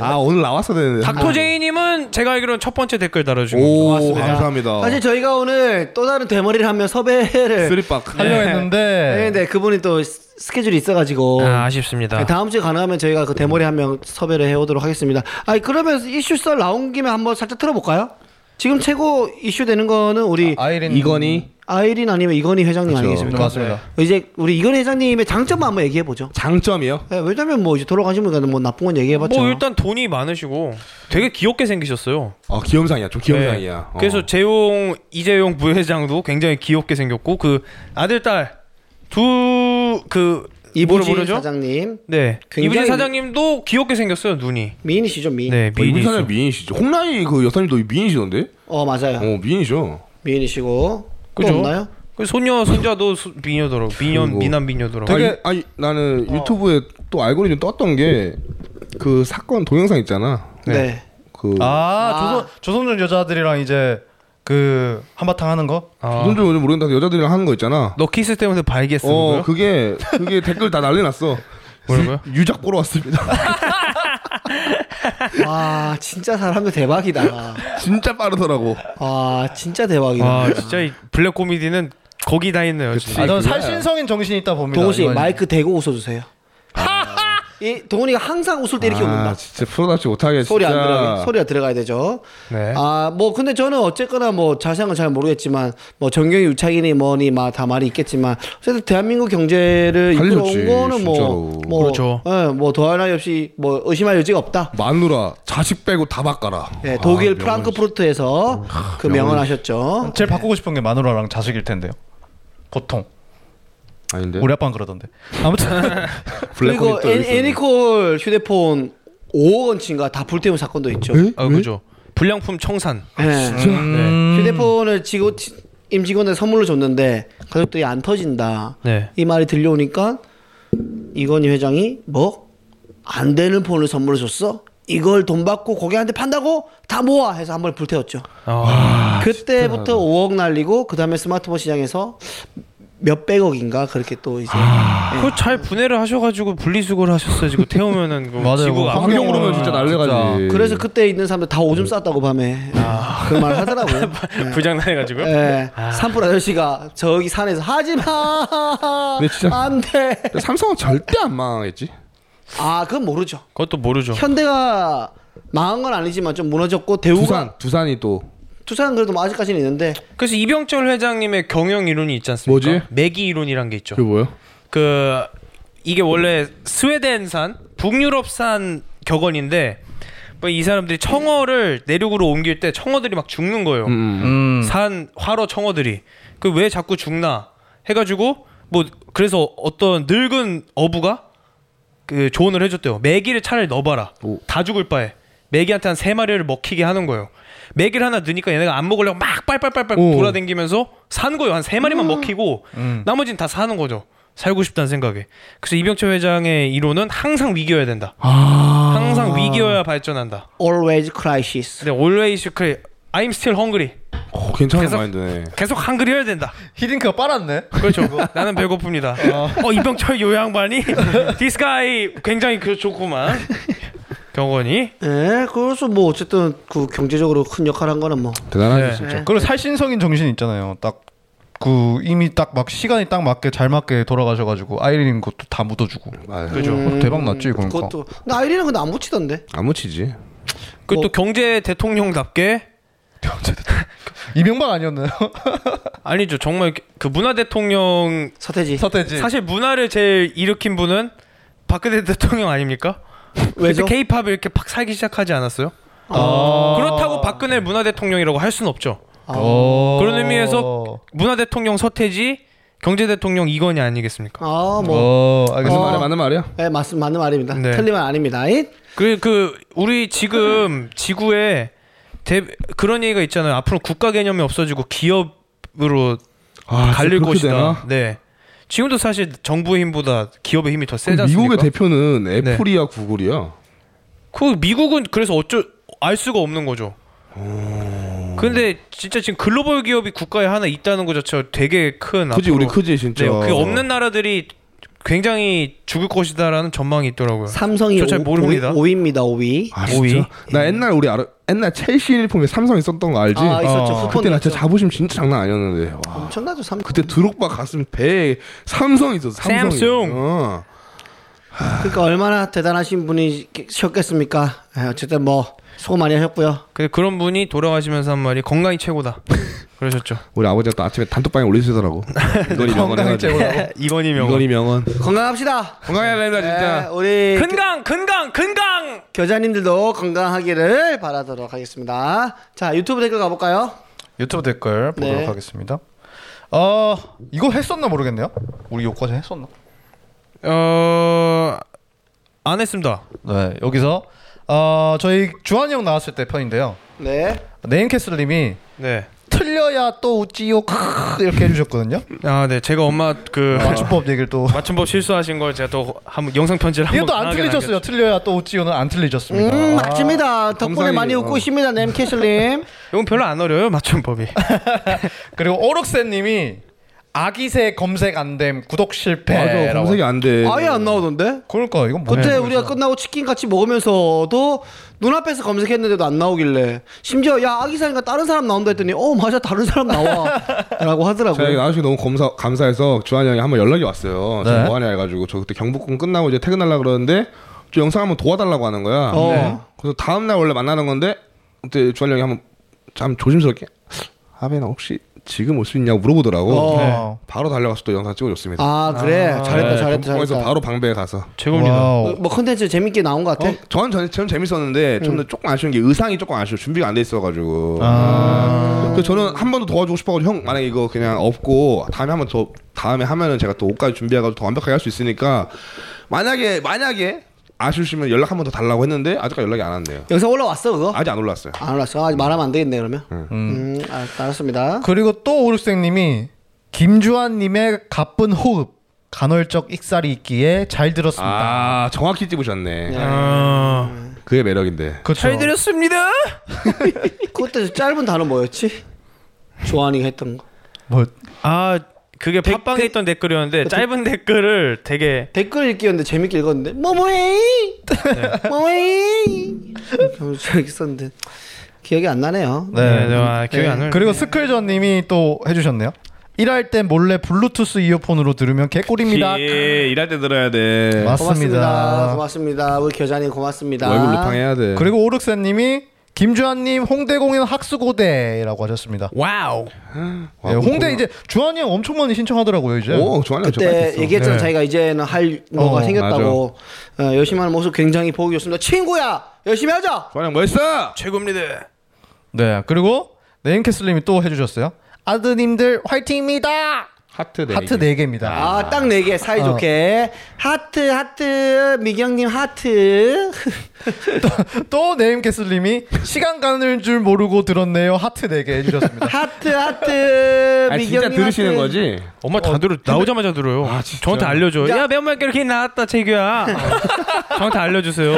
아 오늘 나왔어야 되는데. 닥터 제이 님은 제가 알기로는 첫 번째 댓글 달아주고 오 감사합니다. 사실 저희가 오늘 또 다른 대머리를 하면 섭외를 쓰리박. 하려고 했는데 했는데 그분이 또 스- 스케줄이 있어가지고 아, 아쉽습니다. 네, 다음 주에 가능하면 저희가 그 대머리 한 명 섭외를 해오도록 하겠습니다. 아 그러면 이슈 썰 나온 김에 한번 살짝 틀어볼까요? 지금 최고 이슈 되는 거는 우리 아이린 이건희 아이린 아니면 이건희 그렇죠. 회장님 그쵸. 네, 아니겠습니까? 맞습니다. 이제 우리 이건희 회장님의 장점만 한번 얘기해 보죠. 장점이요? 네, 왜냐면 뭐 이제 돌아가신 분이니까 뭐 나쁜 건 얘기해 봤죠. 뭐 일단 돈이 많으시고 되게 귀엽게 생기셨어요. 어 귀염상이야 좀 귀염상이야. 네. 어. 아, 그래서 재용 이재용 부회장도 굉장히 귀엽게 생겼고 그 아들 딸두그 뭐라 이부진 부르죠? 사장님 네 굉장히- 이부진 사장님도 귀엽게 생겼어요 눈이. 미인이시죠 미인. 네 어, 미인이 이분 사람 있어. 미인이시죠. 홍라이 그 여사님도 미인이시던데? 어 맞아요. 어 미인이죠. 미인이시고 또 그죠? 없나요? 그 소녀 손자도 수- 미녀더라고 미녀 그리고- 미남 미녀더라고. 되게 아니, 아니, 나는 유튜브에 또 알고리즘 떴던 게 그 사건 동영상 있잖아. 네. 그 아, 아. 조선 조선전 여자들이랑 이제 그 한바탕 하는 거? 아, 무슨 줄 모르겠는데 여자들이랑 하는 거 있잖아. 너 키스 때문에 발겠어. 어 그게 그게 댓글 다 난리 났어. 뭐라고요? 유- 유작 보러 왔습니다. 와 진짜 사람들 대박이다. 진짜 빠르더라고. 와 진짜 대박이다. 와 아, 진짜 이 블랙 코미디는 거기 다 있네요. 그 그치. 진짜. 아, 저는 그거야. 살신성인 정신이 있다 봅니다. 동훈 씨 이건. 마이크 대고 웃어주세요. 이 동훈이가 항상 웃을 때 이렇게 아 웃는다. 진짜 프로답지 못하게 소리 안 진짜. 들어가 소리가 들어가야 되죠. 네. 아 뭐 근데 저는 어쨌거나 뭐 자세한 건 잘 모르겠지만 뭐 정경이 유착이니 뭐니 막 다 말이 있겠지만 어쨌든 대한민국 경제를 살렸지, 이끌어온 거는 음, 진짜로. 뭐, 뭐 그렇죠. 예, 뭐 더할 나위 없이 뭐 의심할 여지가 없다. 마누라 자식 빼고 다 바꿔라. 예, 독일 아, 프랑크푸르트에서 그 명언하셨죠. 제일 바꾸고 싶은 게 마누라랑 자식일 텐데요. 보통 명언이- 아닌데. 우리 아빠는 그러던데. 아무튼 그리고 블랙홀이 또 여기 애, 있었네. 애니콜 휴대폰 5억 원치인가 다 불태운 사건도 있죠. 아 그죠. 불량품 청산. 아, 네. 예. 음, 휴대폰을 직원 임직원에 선물로 줬는데 가족들이 안 터진다. 네. 이 말이 들려오니까 이건희 회장이 뭐 안 되는 폰을 선물로 줬어? 이걸 돈 받고 고객한테 판다고 다 모아 해서 한 번 불태웠죠. 아, 그때부터 5억 날리고 그 다음에 스마트폰 시장에서 몇 백억인가 그렇게 또 이제 그거 잘 분해를 하셔가지고 분리수거를 하셨어요. 지금 태우면은 그 맞아요. 지구가 안- 환경- 환경 오르면 진짜 날려가지. 그래서 그때 있는 사람들 다 음. 오줌 쌌다고 밤에 아. 그 말 하더라고요. 아, 네. 불장난해가지고요. 예, 산불 아저씨가 저기 산에서 하지 마. 근데 진짜- 안 돼. 근데 삼성은 절대 안 망하겠지. 아, 그건 모르죠. 그것도 모르죠. 현대가 망한 건 아니지만 좀 무너졌고 대우가 두산 두산이 또 투산 그래도 뭐 아직까지는 있는데 그래서 이병철 회장님의 경영 이론이 있지 않습니까? 뭐지? 매기 이론이란 게 있죠. 그게 뭐야? 그 이게 원래 스웨덴산 북유럽산 격언인데 뭐이 사람들이 청어를 내륙으로 옮길 때 청어들이 막 죽는 거예요. 음. 산 화로 청어들이 그 왜 자꾸 죽나 해가지고 뭐 그래서 어떤 늙은 어부가 그 조언을 해줬대요. 메기를 차라리 넣어봐라. 다 죽을 바에 메기한테 한 세 마리를 먹히게 하는 거예요. 메기를 하나 넣으니까 얘네가 안 먹으려고 막 빨빨빨빨 돌아다니면서 산 거예요. 한 세 마리만 먹히고 나머지는 다 사는 거죠. 살고 싶다는 생각에. 그래서 이병철 회장의 이론은 항상 위기여야 된다. 항상 위기여야 발전한다. always crisis. 근데 always cry. I'm still hungry. 어, 괜찮은 계속- 마인드네. 계속 한글이어야 된다. 히딩크가 빨았네. 그렇죠. 나는 배고픕니다. 어, 이병철 요 양반이 디스카이 굉장히 그 좋구만. 경건이. 예, 그래서 뭐 어쨌든 그 경제적으로 큰 역할한 거는 뭐 대단하지 네. 진짜. 그리고 살신성인 정신 있잖아요. 딱 그 이미 딱 막 시간이 딱 맞게 잘 맞게 돌아가셔가지고 아이린 것도 다 묻어주고. 맞아. 그죠. 대박 났지 그러니까. 음, 그것도 근데 아이린은 근데 안 붙이던데. 안 묻히지. 그또 뭐. 경제 대통령답게 이명박 아니었나요? 아니죠. 정말 그 문화 대통령 서태지. 서태지. 사실 문화를 제일 일으킨 분은 박근혜 대통령 아닙니까? 왜죠? 그때 케이팝을 이렇게 팍 살기 시작하지 않았어요? 아. 그렇다고 박근혜 문화 대통령이라고 할 수는 없죠. 어. 그런 의미에서 문화 대통령 서태지, 경제 대통령 이건희 아니겠습니까? 아, 뭐. 어 맞는 알겠습니다. 말이야 맞는 말이야. 예, 맞, 맞는 말입니다. 네. 틀린 말 아닙니다. 잇? 그, 그, 우리 지금 지구에 대, 그런 얘기가 있잖아요. 앞으로 국가 개념이 없어지고 기업으로 아, 진짜 갈릴 그렇게 것이다. 되나? 네. 지금도 사실 정부의 힘보다 기업의 힘이 더 세지 그럼 않습니까? 네. 미국의 대표는 애플이야 구글이야. 그 미국은 그래서 어쩔 알 수가 없는 거죠. 근데 진짜 지금 글로벌 기업이 국가에 하나 있다는 것 자체가 되게 큰 크지 앞으로 우리 크지 진짜. 네, 그 없는 나라들이 굉장히 죽을 것이다라는 전망이 있더라고요. 삼성이 저잘 모릅니다. 5위입니다. 5위. 아 오이. 진짜? 나 옛날 우리 알아 옛날 첼시 유니폼에 삼성이 썼던 거 알지? 아, 있었죠. 어, 쿠폰 그때 나 있죠. 진짜 자부심 진짜 장난 아니었는데. 와. 엄청나죠. 삼 그때 드록바 갔으면 배에 삼성이 있었어. 삼성이. 삼성. 어. 그러니까 얼마나 대단하신 분이셨겠습니까? 예, 어쨌든 뭐 수고 많이 하셨고요. 근데 그런 분이 돌아가시면서 한 말이 건강이 최고다. 그러셨죠. 우리 아버지가 또 아침에 단톡방에 올리시더라고. 이건이 명언 해가지고. 이건희 명언. 이건이 명언. 건강합시다. 건강해야 됩니다 예, 아, 진짜. 우리 건강, 건강, 건강. 교자님들도 건강하기를 바라도록 하겠습니다. 자 유튜브 댓글 가볼까요? 유튜브 댓글 보도록 네. 하겠습니다. 어 이거 했었나 모르겠네요. 우리 요까지 했었나? 어, 안 했습니다. 네 여기서 어 저희 주한이 형 나왔을 때 편인데요. 네. 네임캐슬님이 네. 틀려야 또 웃지요 크으 이렇게 해주셨거든요. 아, 네. 제가 엄마 그 맞춤법 얘기를 또 맞춤법 실수하신 걸 제가 또 한번 영상 편지를 한번 이것도 안 강하게 틀리셨어요. 틀려야 또 웃지요는 안 틀리셨습니다. 음 맞습니다. 덕분에 아, 감사합니다. 네, 많이 웃고 있습니다, 네, nem캐슬님. 남겼- 이건 별로 안 어려요 맞춤법이. 그리고 오록세님이 아기새 검색 안됨 구독 실패. 맞아 검색이 안 돼. 아예 안 나오던데? 그럴까 이건 뭐야? 그때 네, 우리가 그렇죠. 끝나고 치킨 같이 먹으면서도 눈앞에서 검색했는데도 안 나오길래 심지어 야 아기사니까 다른 사람 나온다 했더니 어 맞아 다른 사람 나와라고 저희 하더라고요. 아저씨 너무 검사, 감사해서 주한 형이 한번 연락이 왔어요. 네. 저 뭐하냐 해가지고 저 그때 경복궁 끝나고 이제 퇴근하려 그러는데 저 영상 한번 도와달라고 하는 거야. 네. 어. 그래서 다음 날 원래 만나는 건데 그때 주한 형이 한번 참 조심스럽게 하빈아 혹시 지금 올 수 있냐고 물어보더라고. 어. 네. 바로 달려가서 또 영상 찍어줬습니다. 아 그래 잘했다 네, 잘했다 경복궁에서 잘했다. 바로 방배에 가서. 최고입니다. 와우. 뭐 컨텐츠 재밌게 나온 것 같아. 어, 전, 전, 전 재밌었는데 음. 저는 조금 아쉬운 게 의상이 조금 아쉬워 준비가 안 돼 있어가지고 아. 그래서 저는 한 번 더 도와주고 싶어가지고 형 만약에 이거 그냥 없고 다음에 한 번 더 다음에 하면은 제가 또 옷까지 준비해가지고 더 완벽하게 할 수 있으니까 만약에 만약에 아쉬우시면 연락 한 번 더 달라고 했는데 아직까지 연락이 안 왔네요 영상 올라왔어 그거? 아직 안 올라왔어요 안 올랐어. 아, 말하면 안 되겠네 그러면. 음, 알, 알았습니다. 그리고 또 오륙생님이 김주환님의 가쁜 호흡 간헐적 익살이 있기에 잘 들었습니다. 아 정확히 찍으셨네 아, 그게 매력인데 그쵸. 잘 드렸습니다. 그때 짧은 단어 뭐였지? 조한이가 했던 거. 뭐 아, 그게 팟빵에 있던 댓글이었는데 짧은 댓글을 되게 댓글 읽기였는데 재밌게 읽었는데 뭐뭐해 뭐뭐해 이렇게 썼는데 기억이 안 나네요. 네, 네, 와, 기억이 안 나요. 그리고 스클전님이 또 해주셨네요. 일할 때 몰래 블루투스 이어폰으로 들으면 개꿀입니다. 예, 일할 때 들어야 돼 고맙습니다. 맞습니다. 고맙습니다. 우리 교자님 고맙습니다. 월급 루팡해야 돼 그리고 오륵세님이 김주환님 홍대공연 학수고대라고 하셨습니다. 와우. 와, 예, 홍대 그렇구나. 이제 주환이 형 엄청 많이 신청하더라고요 이제. 오 좋아요 네, 그때 얘기했잖아 네. 자기가 이제는 할 뭐가 어, 생겼다고 어, 열심히 하는 모습 굉장히 보기 좋습니다. 친구야 열심히 하자. 주환형 멋있어 최고입니다. 네 그리고 네임캐슬님이 또 해주셨어요. 아드님들 화이팅입니다. 하트 네 개. 하트 네 개입니다. 아 딱 네 개 사이 좋게 하트 하트 미경님 하트 또 네임캐슬님이 시간 가는 줄 모르고 들었네요. 하트 네 개 해주셨습니다. 하트 하트 아니, 진짜 미경님 들으시는 하트. 거지? 엄마 다 들어 아, 나오자마자 들어요. 저한테 알려줘. 야, 몇만 이렇게 나왔다, 재규야. 저한테 알려주세요.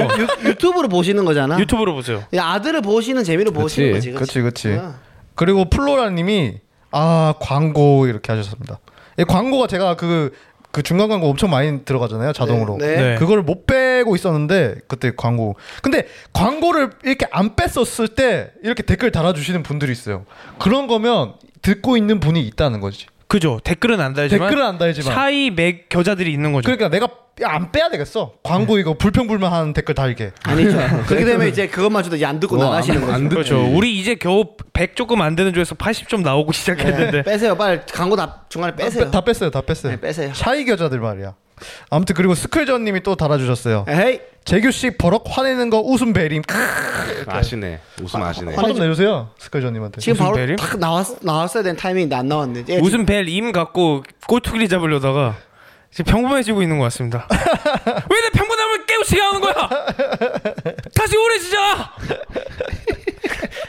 유- 유튜브로 보시는 거잖아. 유튜브로 보세요. 야, 아들을 보시는 재미로 보시는 거지. 그치 그치. 아. 그리고 플로라님이 아 광고 이렇게 하셨습니다. 이 광고가 제가 그, 그 중간 광고 엄청 많이 들어가잖아요 자동으로. 네. 네. 그걸 못 빼고 있었는데 그때 광고. 근데 광고를 이렇게 안 뺐었을 때 이렇게 댓글 달아주시는 분들이 있어요. 그런 거면 듣고 있는 분이 있다는 거지. 그죠. 댓글은 안 달지만 댓글은 안 달지만. 차이 맥 겨자들이 있는 거죠. 그러니까 내가 안 빼야 되겠어. 네. 광고 이거 불평불만한 댓글 달게. 아니죠. 그렇게 되면 이제 그것만 줘도 이제 안 듣고 뭐, 나가시는 안- 거죠. 안 듣- 그렇죠. 우리 이제 겨우 100 조금 안 되는 조에서 80좀 나오고 시작했는데 네. 빼세요. 빨리 광고 다 중간에 빼세요. 아, 다 뺐어요, 다 뺐어요. 네, 빼세요. 샤이 겨자들 말이야. 아무튼 그리고 스클전님이 또 달아주셨어요. 에이. 재규 씨 버럭 화내는 거 웃음 베림. 네. 아시네 웃음 아시네 화좀 내주세요, 스클전님한테. 지금 바로 배림? 탁 나왔 나왔어야 되는 타이밍인데 안 나왔네. 예, 무슨 벨 임 갖고 꼬투리 잡으려다가 지금 평범해지고 있는 것 같습니다. 왜 내 평범함을 깨우치게 하는 거야? 다시 우울해지자.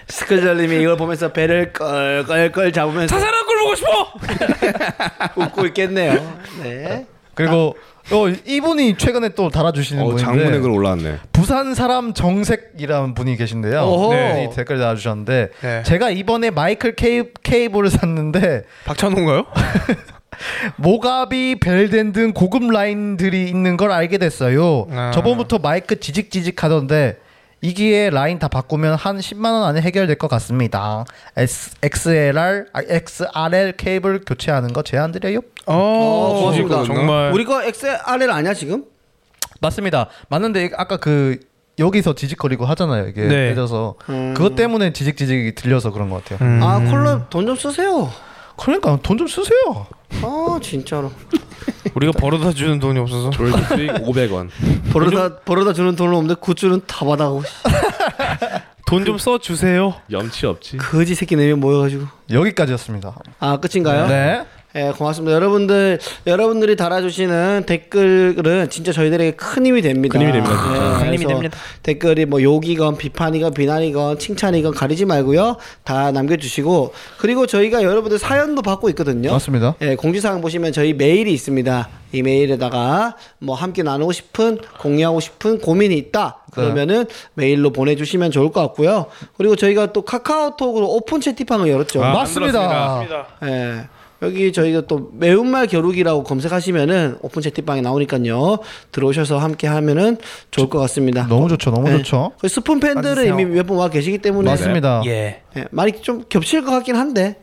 스크절님이 이걸 보면서 배를 껄껄껄 잡으면서 자살한 걸 보고 싶어. 웃고 있겠네요. 네. 그리고 아. 어, 이분이 최근에 또 달아주시는 어, 분인데 장문의 글 올라왔네 부산 사람 정색이라는 분이 계신데요. 오호. 네. 이 댓글 달아주셨는데 네. 제가 이번에 마이클 케이, 케이블을 샀는데 박찬호인가요? 모가비, 벨덴 등 고급 라인들이 있는 걸 알게 됐어요. 아. 저번부터 마이크 지직지직 하던데 이기에 라인 다 바꾸면 한 10만 원 안에 해결될 것 같습니다. S, XLR, 아, XRL 케이블 교체하는 거 제안 드려요. 어, 고맙습니다. 정말 우리 거 XRL 아니야 지금? 맞습니다. 맞는데 아까 그 여기서 지직거리고 하잖아요. 이게 네. 늦어서 그것 때문에 지직지직이 들려서 그런 것 같아요. 음. 아 콜라 돈 좀 쓰세요. 그러니까 돈 좀 쓰세요. 아 진짜로 우리가 벌어다 주는 돈이 없어서 졸지 수익 500원. 벌어다 벌어다 주는 돈은 없는데 굿즈는 다 받아가고 씨, 돈 좀 써 주세요. 염치 없지. 거지 새끼 네명 모여가지고 여기까지였습니다. 아 끝인가요? 네. 예, 고맙습니다. 여러분들, 여러분들이 달아주시는 댓글은 진짜 저희들에게 큰 힘이 됩니다. 큰 힘이 됩니다, 진짜. 예, 큰 힘이 그래서 됩니다. 댓글이 뭐 욕이건 비판이건 비난이건 칭찬이건 가리지 말고요. 다 남겨주시고 그리고 저희가 여러분들 사연도 받고 있거든요. 맞습니다. 예, 공지사항 보시면 저희 메일이 있습니다. 이 메일에다가 뭐 함께 나누고 싶은 공유하고 싶은 고민이 있다. 그러면은 메일로 보내주시면 좋을 것 같고요. 그리고 저희가 또 카카오톡으로 오픈 채팅방을 열었죠. 아, 맞습니다. 예. 여기 저희가 또 매운말 겨루기라고 검색하시면은 오픈 채팅방에 나오니까요. 들어오셔서 함께 하면은 좋을 것 같습니다. 너무 좋죠. 너무 예. 좋죠. 그 스푼 팬들은 맞으세요. 이미 몇 분 와 계시기 때문에 맞습니다. 예. 예, 많이 좀 겹칠 것 같긴 한데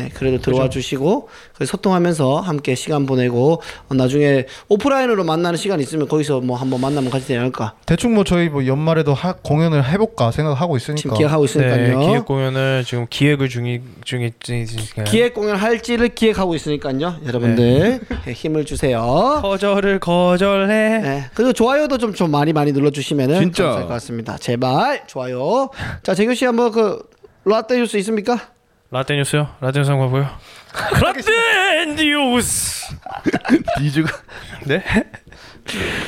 예, 그래도 들어와 주시고 그 소통하면서 함께 시간 보내고 어, 나중에 오프라인으로 만나는 시간 있으면 거기서 뭐 한번 만나면 같이 대화할까 대충 뭐 저희 뭐 연말에도 하- 공연을 해볼까 생각하고 있으니까. 지금 기획하고 있으니까요. 네, 기획 공연을 지금 기획을 중이 중이 중이 기획 공연 할지를 기획하고 있으니까요. 여러분들 예, 힘을 주세요. 거절을 거절해. 네. 그리고 좋아요도 좀, 좀 많이 많이 눌러주시면은 진짜. 감사할 것 같습니다. 제발 좋아요. 자 재규 씨 한번 그 라떼 뉴스 있습니까? 라떼 뉴스요? 라떼 뉴스 한번 가고요. 라떼 뉴스. 디즈가 네?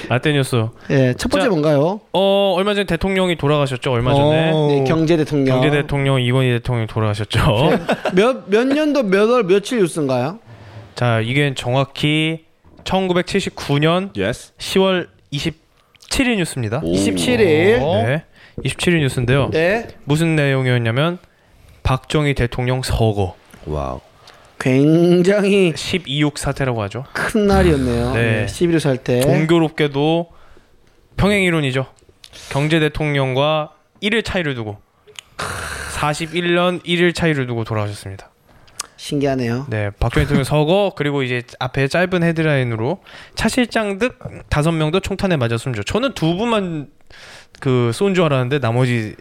라떼 뉴스. 예, 첫 번째 자. 뭔가요? 어 얼마 전에 대통령이 돌아가셨죠? 얼마 전에 어. 네, 경제 대통령. 경제 대통령 이건희 대통령이 돌아가셨죠? 몇, 몇 년도 몇 월 며칠 뉴스인가요? 자 이게 정확히 1979년 예스. 10월 27일 뉴스입니다. 27일. 어? 네, 27일 뉴스인데요. 네. 무슨 내용이었냐면 박정희 대통령 서거 와우. 굉장히 12.6 사태라고 하죠. 큰 날이었네요. 네. 11호 살 때. 공교롭게도 평행 이론이죠. 경제 대통령과 1일 차이를 두고 41년 1일 차이를 두고 돌아가셨습니다. 신기하네요. 네, 박정희 대통령 서거 그리고 이제 앞에 짧은 헤드라인으로 차 실장 등 다섯 명도 총탄에 맞아 숨져. 저는 두 분만 그 쏜 줄 알았는데 나머지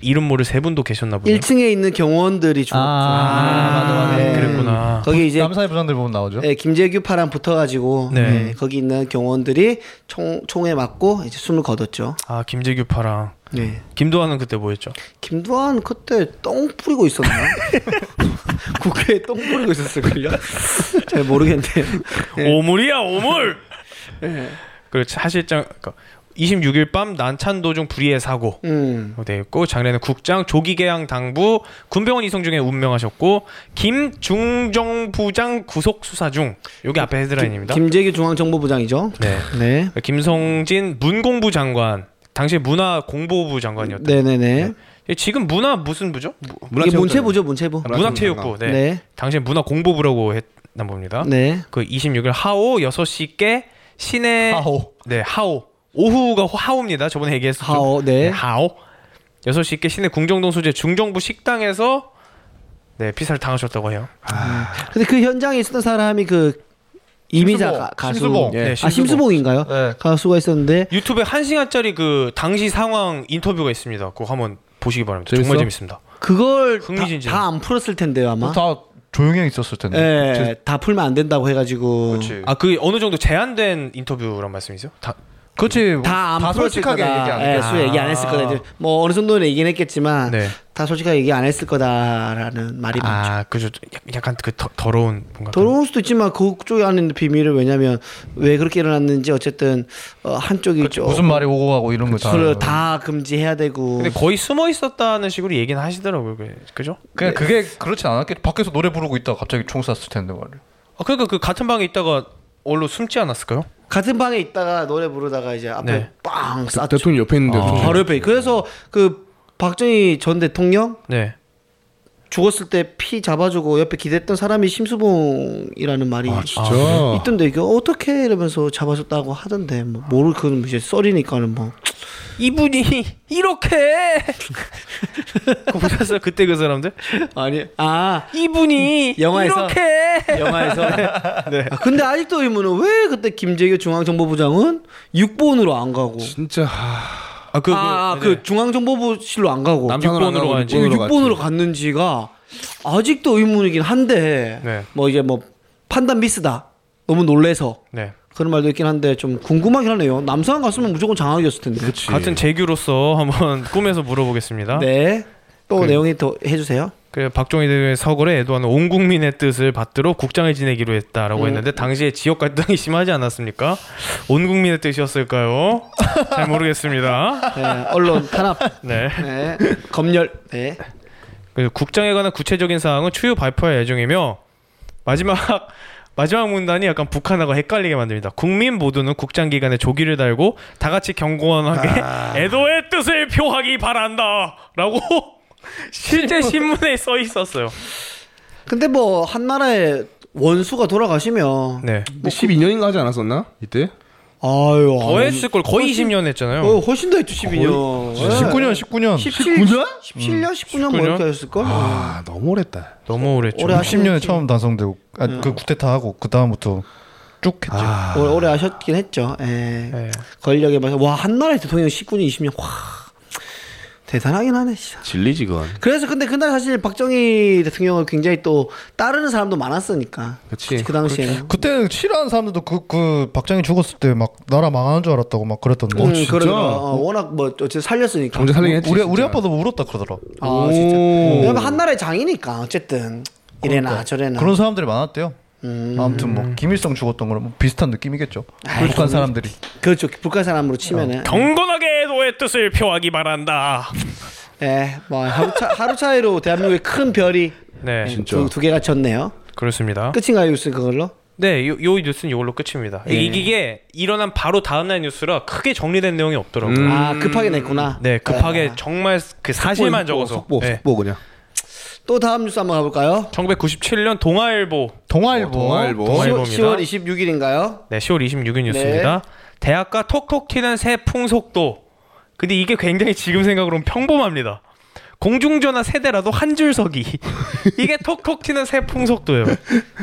이름 모를 세 분도 계셨나 보네요. 1층에 있는 경호원들이 죽었죠. 아, 맞아, 맞아. 네. 그랬구나. 거기 이제 남산의 부장들 보면 나오죠. 네, 김재규 파랑 붙어가지고 네. 네, 거기 있는 경호원들이 총, 총에 맞고 이제 숨을 거뒀죠. 아 김재규 파랑 네. 김도환은 그때 뭐였죠? 김두한 그때 똥 뿌리고 있었나? 국회에 똥 뿌리고 있었을걸요? 잘 모르겠네요. 네. 오물이야 오물. 그리고 차 실장 그러니까 26일 밤 난찬 도중 불의의 사고. 음. 어, 네, 있고 장례는 국장 조기개항 당부 군병원 이송 중에 운명하셨고 김중정 부장 구속 수사 중 여기 앞에 헤드라인입니다. 김, 김재규 중앙정보부장이죠. 네. 네. 김성진 문공부 장관 당시 문화공보부 장관이었다. 네네네. 예, 지금 문화 무슨 부죠? 이게 문체부죠, 문체부. 문화체육부. 네. 네. 당시 문화공보부라고 했나 봅니다. 네. 그 26일 하오 6시께 시내 아, 하오. 네, 하오. 오후가 하오입니다. 저번에 얘기했었죠. 하오, 네. 하오. 6시께 시내 궁정동 소재 중정부 식당에서 네, 피살을 당하셨다고 해요. 근데 그 현장에 있었던 사람이 그 이미자 가, 가수. 심수봉. 예. 네, 아, 심수봉인가요? 네. 가수가 있었는데 유튜브에 1시간짜리 그 당시 상황 인터뷰가 있습니다. 그거 한번 보시기 바랍니다. 재밌어? 정말 재밌습니다. 그걸 흥미진진. 다 안 풀었을 텐데요, 아마. 다 조용히 있었을 텐데. 예. 다 풀면 안 된다고 해 가지고. 아, 그 어느 정도 제한된 인터뷰란 말씀이세요? 다 그렇지. 뭐, 다 안 풀었을 솔직하게 거다. 얘기 안 예, 해. 수 얘기 안 했을 거다. 이제 뭐 어느 정도는 얘기는 했겠지만 네. 다 솔직하게 얘기 안 했을 거다라는 말이 많죠. 아, 그죠. 약- 약간 그 더, 더러운 뭔가 그런- 더러울 수도 있지만 그쪽에 안는 비밀을 왜냐면 왜 그렇게 일어났는지 어쨌든 어, 한쪽이 좀 무슨 말이 오고 가고 이런 뭐 거 다. 술을 다 금지해야 되고 근데 거의 숨어 있었다는 식으로 얘기는 하시더라고요. 그- 그죠? 그냥 그게 그렇진 않았겠. 밖에서 노래 부르고 있다가 갑자기 총 쐈을 텐데 말이야. 아, 그러니까 그 같은 방에 있다가 얼로 숨지 않았을까요? 같은 방에 있다가 노래 부르다가 이제 앞에 네. 빵 쌌죠. 그 대통령 아. 옆에 있는데 바로 옆에. 그래서 그 박정희 전 대통령 네. 죽었을 때 피 잡아주고 옆에 기댔던 사람이 심수봉이라는 말이 네, 아 진짜 있던데 이게 어떻게 이러면서 잡아줬다고 하던데 뭐 모를 그건 이제 썰이니까는 뭐 이분이 이렇게 그거 보셨어요 그때 그 사람들 아니 아 이분이 영화에서? 이렇게 네. 영화에서 아, 근데 아직도 의문은 왜 그때 김재규 중앙정보부장은 육본으로 안 가고 진짜 하... 아그 아, 아, 그 중앙정보부실로 안 가고 남산으로 안 육본으로 가고 가야지. 육본으로 갔지. 육본으로 갔는지가 아직도 의문이긴 한데 네. 뭐 이제 뭐 판단 미스다 너무 놀래서 네. 그런 말도 있긴 한데 좀 궁금하긴 하네요 남산 갔으면 무조건 장악이었을 텐데 같은 재규로서 한번 꿈에서 물어보겠습니다. 네또 그- 내용이 더 해주세요 그 박종희 대의 서거래 에도안은 온 국민의 뜻을 받들어 국장을 지내기로 했다라고 했는데 당시에 지역 갈등이 심하지 않았습니까? 온 국민의 뜻이었을까요? 잘 모르겠습니다. 네, 언론 탄압 네. 네 검열 네 그래서 국장에 관한 구체적인 사항은 추후 발표할 예정이며 마지막 마지막 문단이 약간 북한하고 헷갈리게 만듭니다. 국민 모두는 국장 기간에 조기를 달고 다 같이 경건하게 아. 애도의 뜻을 표하기 바란다라고 실제 신문에 써 있었어요. 근데 뭐 한나라의 원수가 돌아가시면 네. 12년인가 하지 않았었나 이때? 아유 더 아유. 했을 걸 거의 20년 어, 했잖아요. 훨씬 더 했죠 12년 네. 19년 19년 17, 19년? 17년 19년 뭐 19년? 이렇게 했을걸 아 너무 오랬다. 너무 오래죠. 오래 하- 60년에 처음 단성되고 아, 그 구태타 하고 그 다음부터 쭉 했죠. 아 어, 오래, 오래 하셨긴 했죠. 예. 예. 권력에 맞서 와 한나라의 대통령 19년 20년 와 대단하긴 하네. 진짜. 진리지 그건. 그래서 근데 그날 사실 박정희 대통령을 굉장히 또 따르는 사람도 많았으니까. 그치. 그 당시에는. 그때는 싫어하는 사람들도 그, 그 박정희 죽었을 때 막 나라 망하는 줄 알았다고 막 그랬던데 음, 진짜? 그러더라. 어, 워낙 뭐 어쨌든 살렸으니까. 정제 살리긴 했지. 우리, 진짜. 우리 아빠도 울었다 그러더라 아 진짜. 왜냐면 한나라의 장이니까 어쨌든 이래나 아, 저래나. 그러니까. 그런 사람들이 많았대요 음. 아무튼 뭐 김일성 죽었던 거랑 뭐 비슷한 느낌이겠죠 북한 사람들이 그렇죠. 북한 사람으로 치면은. 경건하게 애도의 뜻을 표하기 바란다. 예. 뭐 하루, 차, 하루 차이로 대한민국의 큰 별이 네, 예, 진짜. 두, 두 개가 졌네요. 그렇습니다. 끝인가요, 뉴스 그걸로? 네, 요, 요 뉴스는 이걸로 끝입니다. 예. 이게, 이게 일어난 바로 다음날 뉴스라 크게 정리된 내용이 없더라고요. 음. 아 급하게 냈구나. 네, 급하게 아. 정말 그 사실만 속보, 적어서. 속보 네. 속보 그냥. 또 다음 뉴스 한번 가볼까요? 1997년 동아일보. 동아일보 어, 동아일보. 동아일보입니다. 10월 26일인가요? 네, 10월 26일 뉴스입니다. 대학가 톡톡 튀는 새 풍속도. 근데 이게 굉장히 지금 생각으로는 평범합니다. 공중전화 세대라도 한 줄서기. 이게 톡톡 튀는 새 풍속도예요.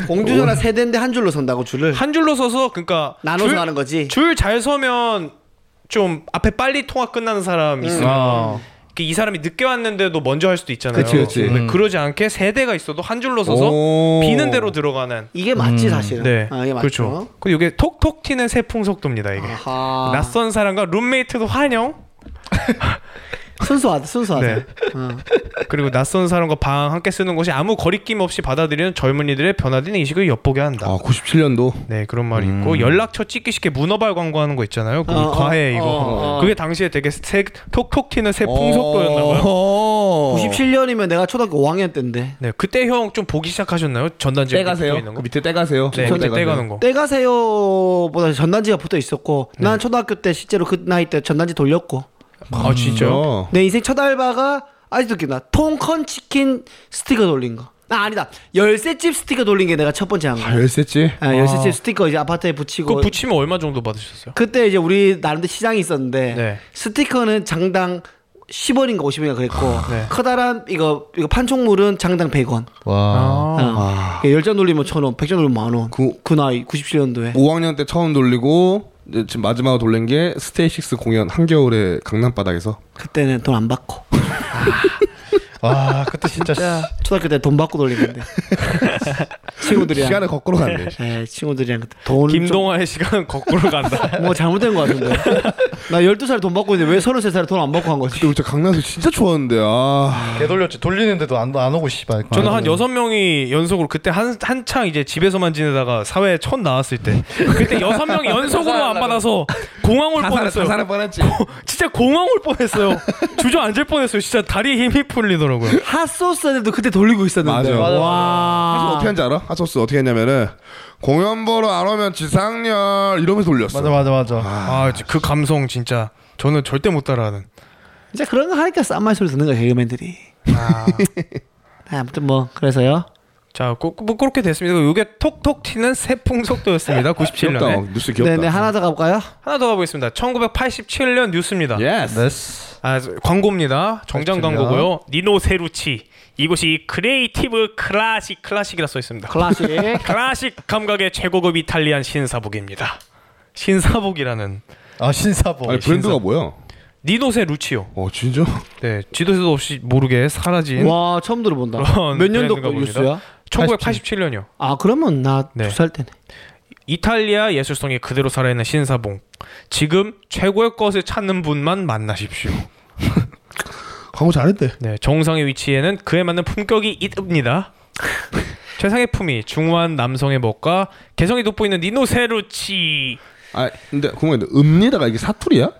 공주전화 세대인데 한 줄로 선다고 줄을 한 줄로 서서 그러니까 나눠서 하는 거지. 줄 잘 서면 좀 앞에 빨리 통화 끝나는 사람 있으면 아. 이렇게 이 사람이 늦게 왔는데도 먼저 할 수도 있잖아요. 그치, 그치. 근데 음. 그러지 않게 세 대가 있어도 한 줄로 서서 오. 비는 대로 들어가는. 이게 맞지 사실은. 네, 아, 이게 맞죠. 그렇죠. 그리고 이게 톡톡 튀는 새 풍속도입니다. 이게 아하. 낯선 사람과 룸메이트도 환영. 순수하다, 순수하다. 네. 어. 그리고 낯선 사람과 방 함께 쓰는 것이 아무 거리낌 없이 받아들이는 젊은이들의 변화된 인식을 엿보게 한다. 아 음. 97년도. 네 그런 말이 있고 연락처 찍기 쉽게 문어발 광고하는 거 있잖아요. 그 어, 과외 어, 이거 어, 어. 그게 당시에 되게 새, 톡톡 튀는 새 어. 풍속도였나봐요. 어. 97년이면 내가 초등학교 5학년 때인데. 네 그때 형 좀 보기 시작하셨나요? 전단지에 떼가세요. 붙어 있는 거. 그 밑에 떼가세요. 네 밑에 그때 떼가는 거. 때 가세요보다 전단지가 붙어 있었고 네. 난 초등학교 때 실제로 그 나이 때 전단지 돌렸고 아 진짜요? 어. 내 인생 첫 알바가 아직도 기억나. 통컨 치킨 스티커 돌린 거. 아 아니다. 열쇠집 스티커 돌린 게 내가 첫 번째 한 거. 아 열쇠지. 아, 열쇠집 스티커 이제 아파트에 붙이고 그거 붙이면 얼마 정도 받으셨어요? 그때 이제 우리 나름대로 시장이 있었는데 네. 스티커는 장당 10원인가 50원인가 그랬고 네. 커다란 이거 이거 판촉물은 장당 100원. 아. 어. 와 열전 돌리면 1,000원, 100전 돌리면 만 원. 그, 그- 나이 97년도에. 5학년 때 처음 돌리고 이제 지금 마지막으로 돌린 게 스테이식스 공연 한겨울에 강남 바닥에서 그때는 돈 안 받고 와, 아, 그때 진짜 초등학교 때 돈 받고 돌린 건데. 친구들이랑 시간을 거꾸로 갔네. 예, 친구들이랑 그때 돈 김동화의 시간은 거꾸로 간다. 좀, 뭐 잘못된 거 같은데. 나 12살 돈 받고 있는데 왜 33살에 돈 안 받고 한 거지? 근데 우리 진짜 강남에서 진짜 좋았는데 아. 개돌렸지 돌리는데도 안, 안 오고 씨발 저는 한 여섯 명이 연속으로 그때 한 한창 이제 집에서만 지내다가 사회에 처음 나왔을 때 그때 여섯 명이 연속으로 안 받아서 공항 올 뻔했어요. 뻔했지. 진짜 공항 올 뻔했어요. 주저앉을 뻔했어요. 진짜 다리에 힘이 풀리더라고요. 핫소스에도 그때 돌리고 있었는데. 맞아. 맞아. 와. 하소스 어떻게 한지 알아? 하소스 어떻게 했냐면은 공연 보러 안 오면 지상렬 이러면서 돌렸어. 맞아 맞아 맞아 아 그 감성 진짜 저는 절대 못 따라하는. 이제 네, 뭐, 그런 거 하니까 싼 말 소리 듣는 거야 개그맨들이. 아. 무튼뭐 그래서요. 자, 고, 뭐 그렇게 됐습니다. 요게 톡톡 튀는 세풍 속도였습니다. 97년에. 귀엽다. 뉴스 귀엽다. 네네 하나 더 가볼까요? 하나 더 가보겠습니다. 1987년 뉴스입니다. 예스. 네스. 아, 저- 광고입니다. 정장 그렇군요. 광고고요. 니노 세루치. 이곳이 크리에이티브 클래식 클래식이라 써 있습니다. 클래식. 클래식 감각의 최고급 이탈리안 신사복입니다. 신사복이라는 아 신사보. 아니 브랜드가 뭐야? 니노 세루치요. 어 진짜? 네, 지도세도 없이 모르게 사라진 와 처음 들어본다. 그런 몇 년도 브랜드인가 봅니다. 뉴스야? 1987년이요. 아 그러면 나 두 네. 살 때네. 이탈리아 예술성이 그대로 살아있는 신사봉. 지금 최고의 것을 찾는 분만 만나십시오. 광고 잘했대. 네, 정상의 위치에는 그에 맞는 품격이 있습니다. 최상의 품위, 중후한 남성의 멋과 개성이 돋보이는 니노세루치. 아 근데 궁금한데 음리다가 이게 사투리야?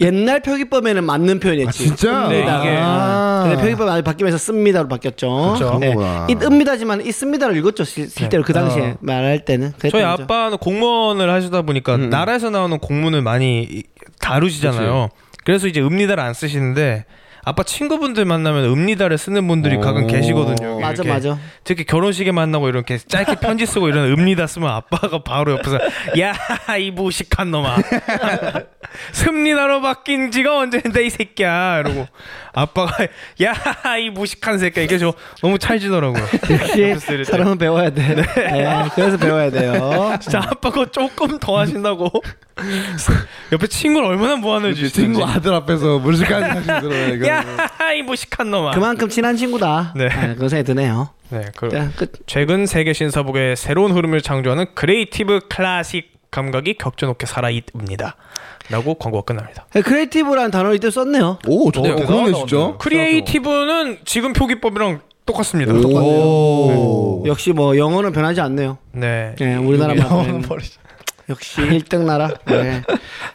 옛날 표기법에는 맞는 표현이었지. 아 진짜? 근데 아, 이게 근데 표기법 많이 바뀌면서 씁니다로 바뀌었죠. 그렇죠. 네. 그렇구나. 잇읍니다지만 있습니다를 읽었죠 실- 실제로 그 당시에 어. 말할 때는. 저희 그랬던 거죠. 음, 아빠는 공무원을 하시다 보니까 나라에서 나오는 공문을 많이 이- 다루시잖아요. 그래서 이제 음리다를 안 쓰시는데 아빠 친구분들 만나면 음리다를 쓰는 분들이 오. 가끔 계시거든요. 여기 맞아 이렇게. 맞아. 특히 결혼식에 만나고 이렇게 짧게 편지 쓰고 이런 음리다 쓰면 아빠가 바로 옆에서 야 이 무식한 놈아 습리다로 바뀐 지가 언제인데 이 새끼야 이러고 아빠가 야 이 무식한 새끼야 이게 저 너무 찰지더라고요 옆에서 이럴 역시 때. 사람은 배워야 돼. 네, 그래서 배워야 돼요. 진짜 아빠 그거 조금 더 하신다고 옆에 친구를 얼마나 모아내 이제 주시는지 친구 아들 앞에서 무식한 사실 들어요 이거. 네, 야이 무식한 놈아 그만큼 친한 친구다. 네. 네. 그런 생각이 드네요. 네, 그, 자, 끝. 최근 세계 신사복의 새로운 흐름을 창조하는 크리에이티브 클래식 감각이 격전없게 살아있습니다. 라고 광고가 끝납니다. 네, 크리에이티브라는 단어를 이때 썼네요. 오 저거 네, 그러네 대단하다, 진짜. 어, 근데. 크리에이티브는 지금 표기법이랑 똑같습니다. 오. 역시 뭐 영어는 변하지 않네요. 네. 예, 우리나라만 영어는 뭐. 변했네. 버리자. 역시 1등 나라. 네.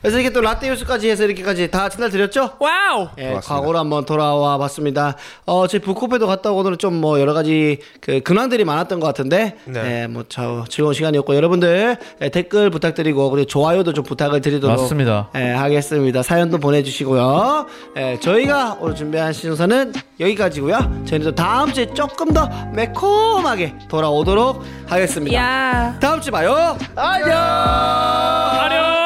그래서 이게 또 라떼 뉴스까지 해서 이렇게까지 다 전달 드렸죠? 와우! 예, 고맙습니다. 과거로 한번 돌아와 봤습니다. 어, 제 북코페도 갔다 오고 오늘 좀 뭐 여러 가지 그 근황들이 많았던 것 같은데, 네. 예, 뭐 저, 즐거운 시간이었고 여러분들 예, 댓글 부탁드리고 그리고 좋아요도 좀 부탁을 드리도록 맞습니다. 예, 하겠습니다. 사연도 보내주시고요. 예, 저희가 오늘 준비한 시청사는 여기까지고요. 저희는 또 다음 주에 조금 더 매콤하게 돌아오도록 하겠습니다. 다음 주 봐요. 안녕. 안녕!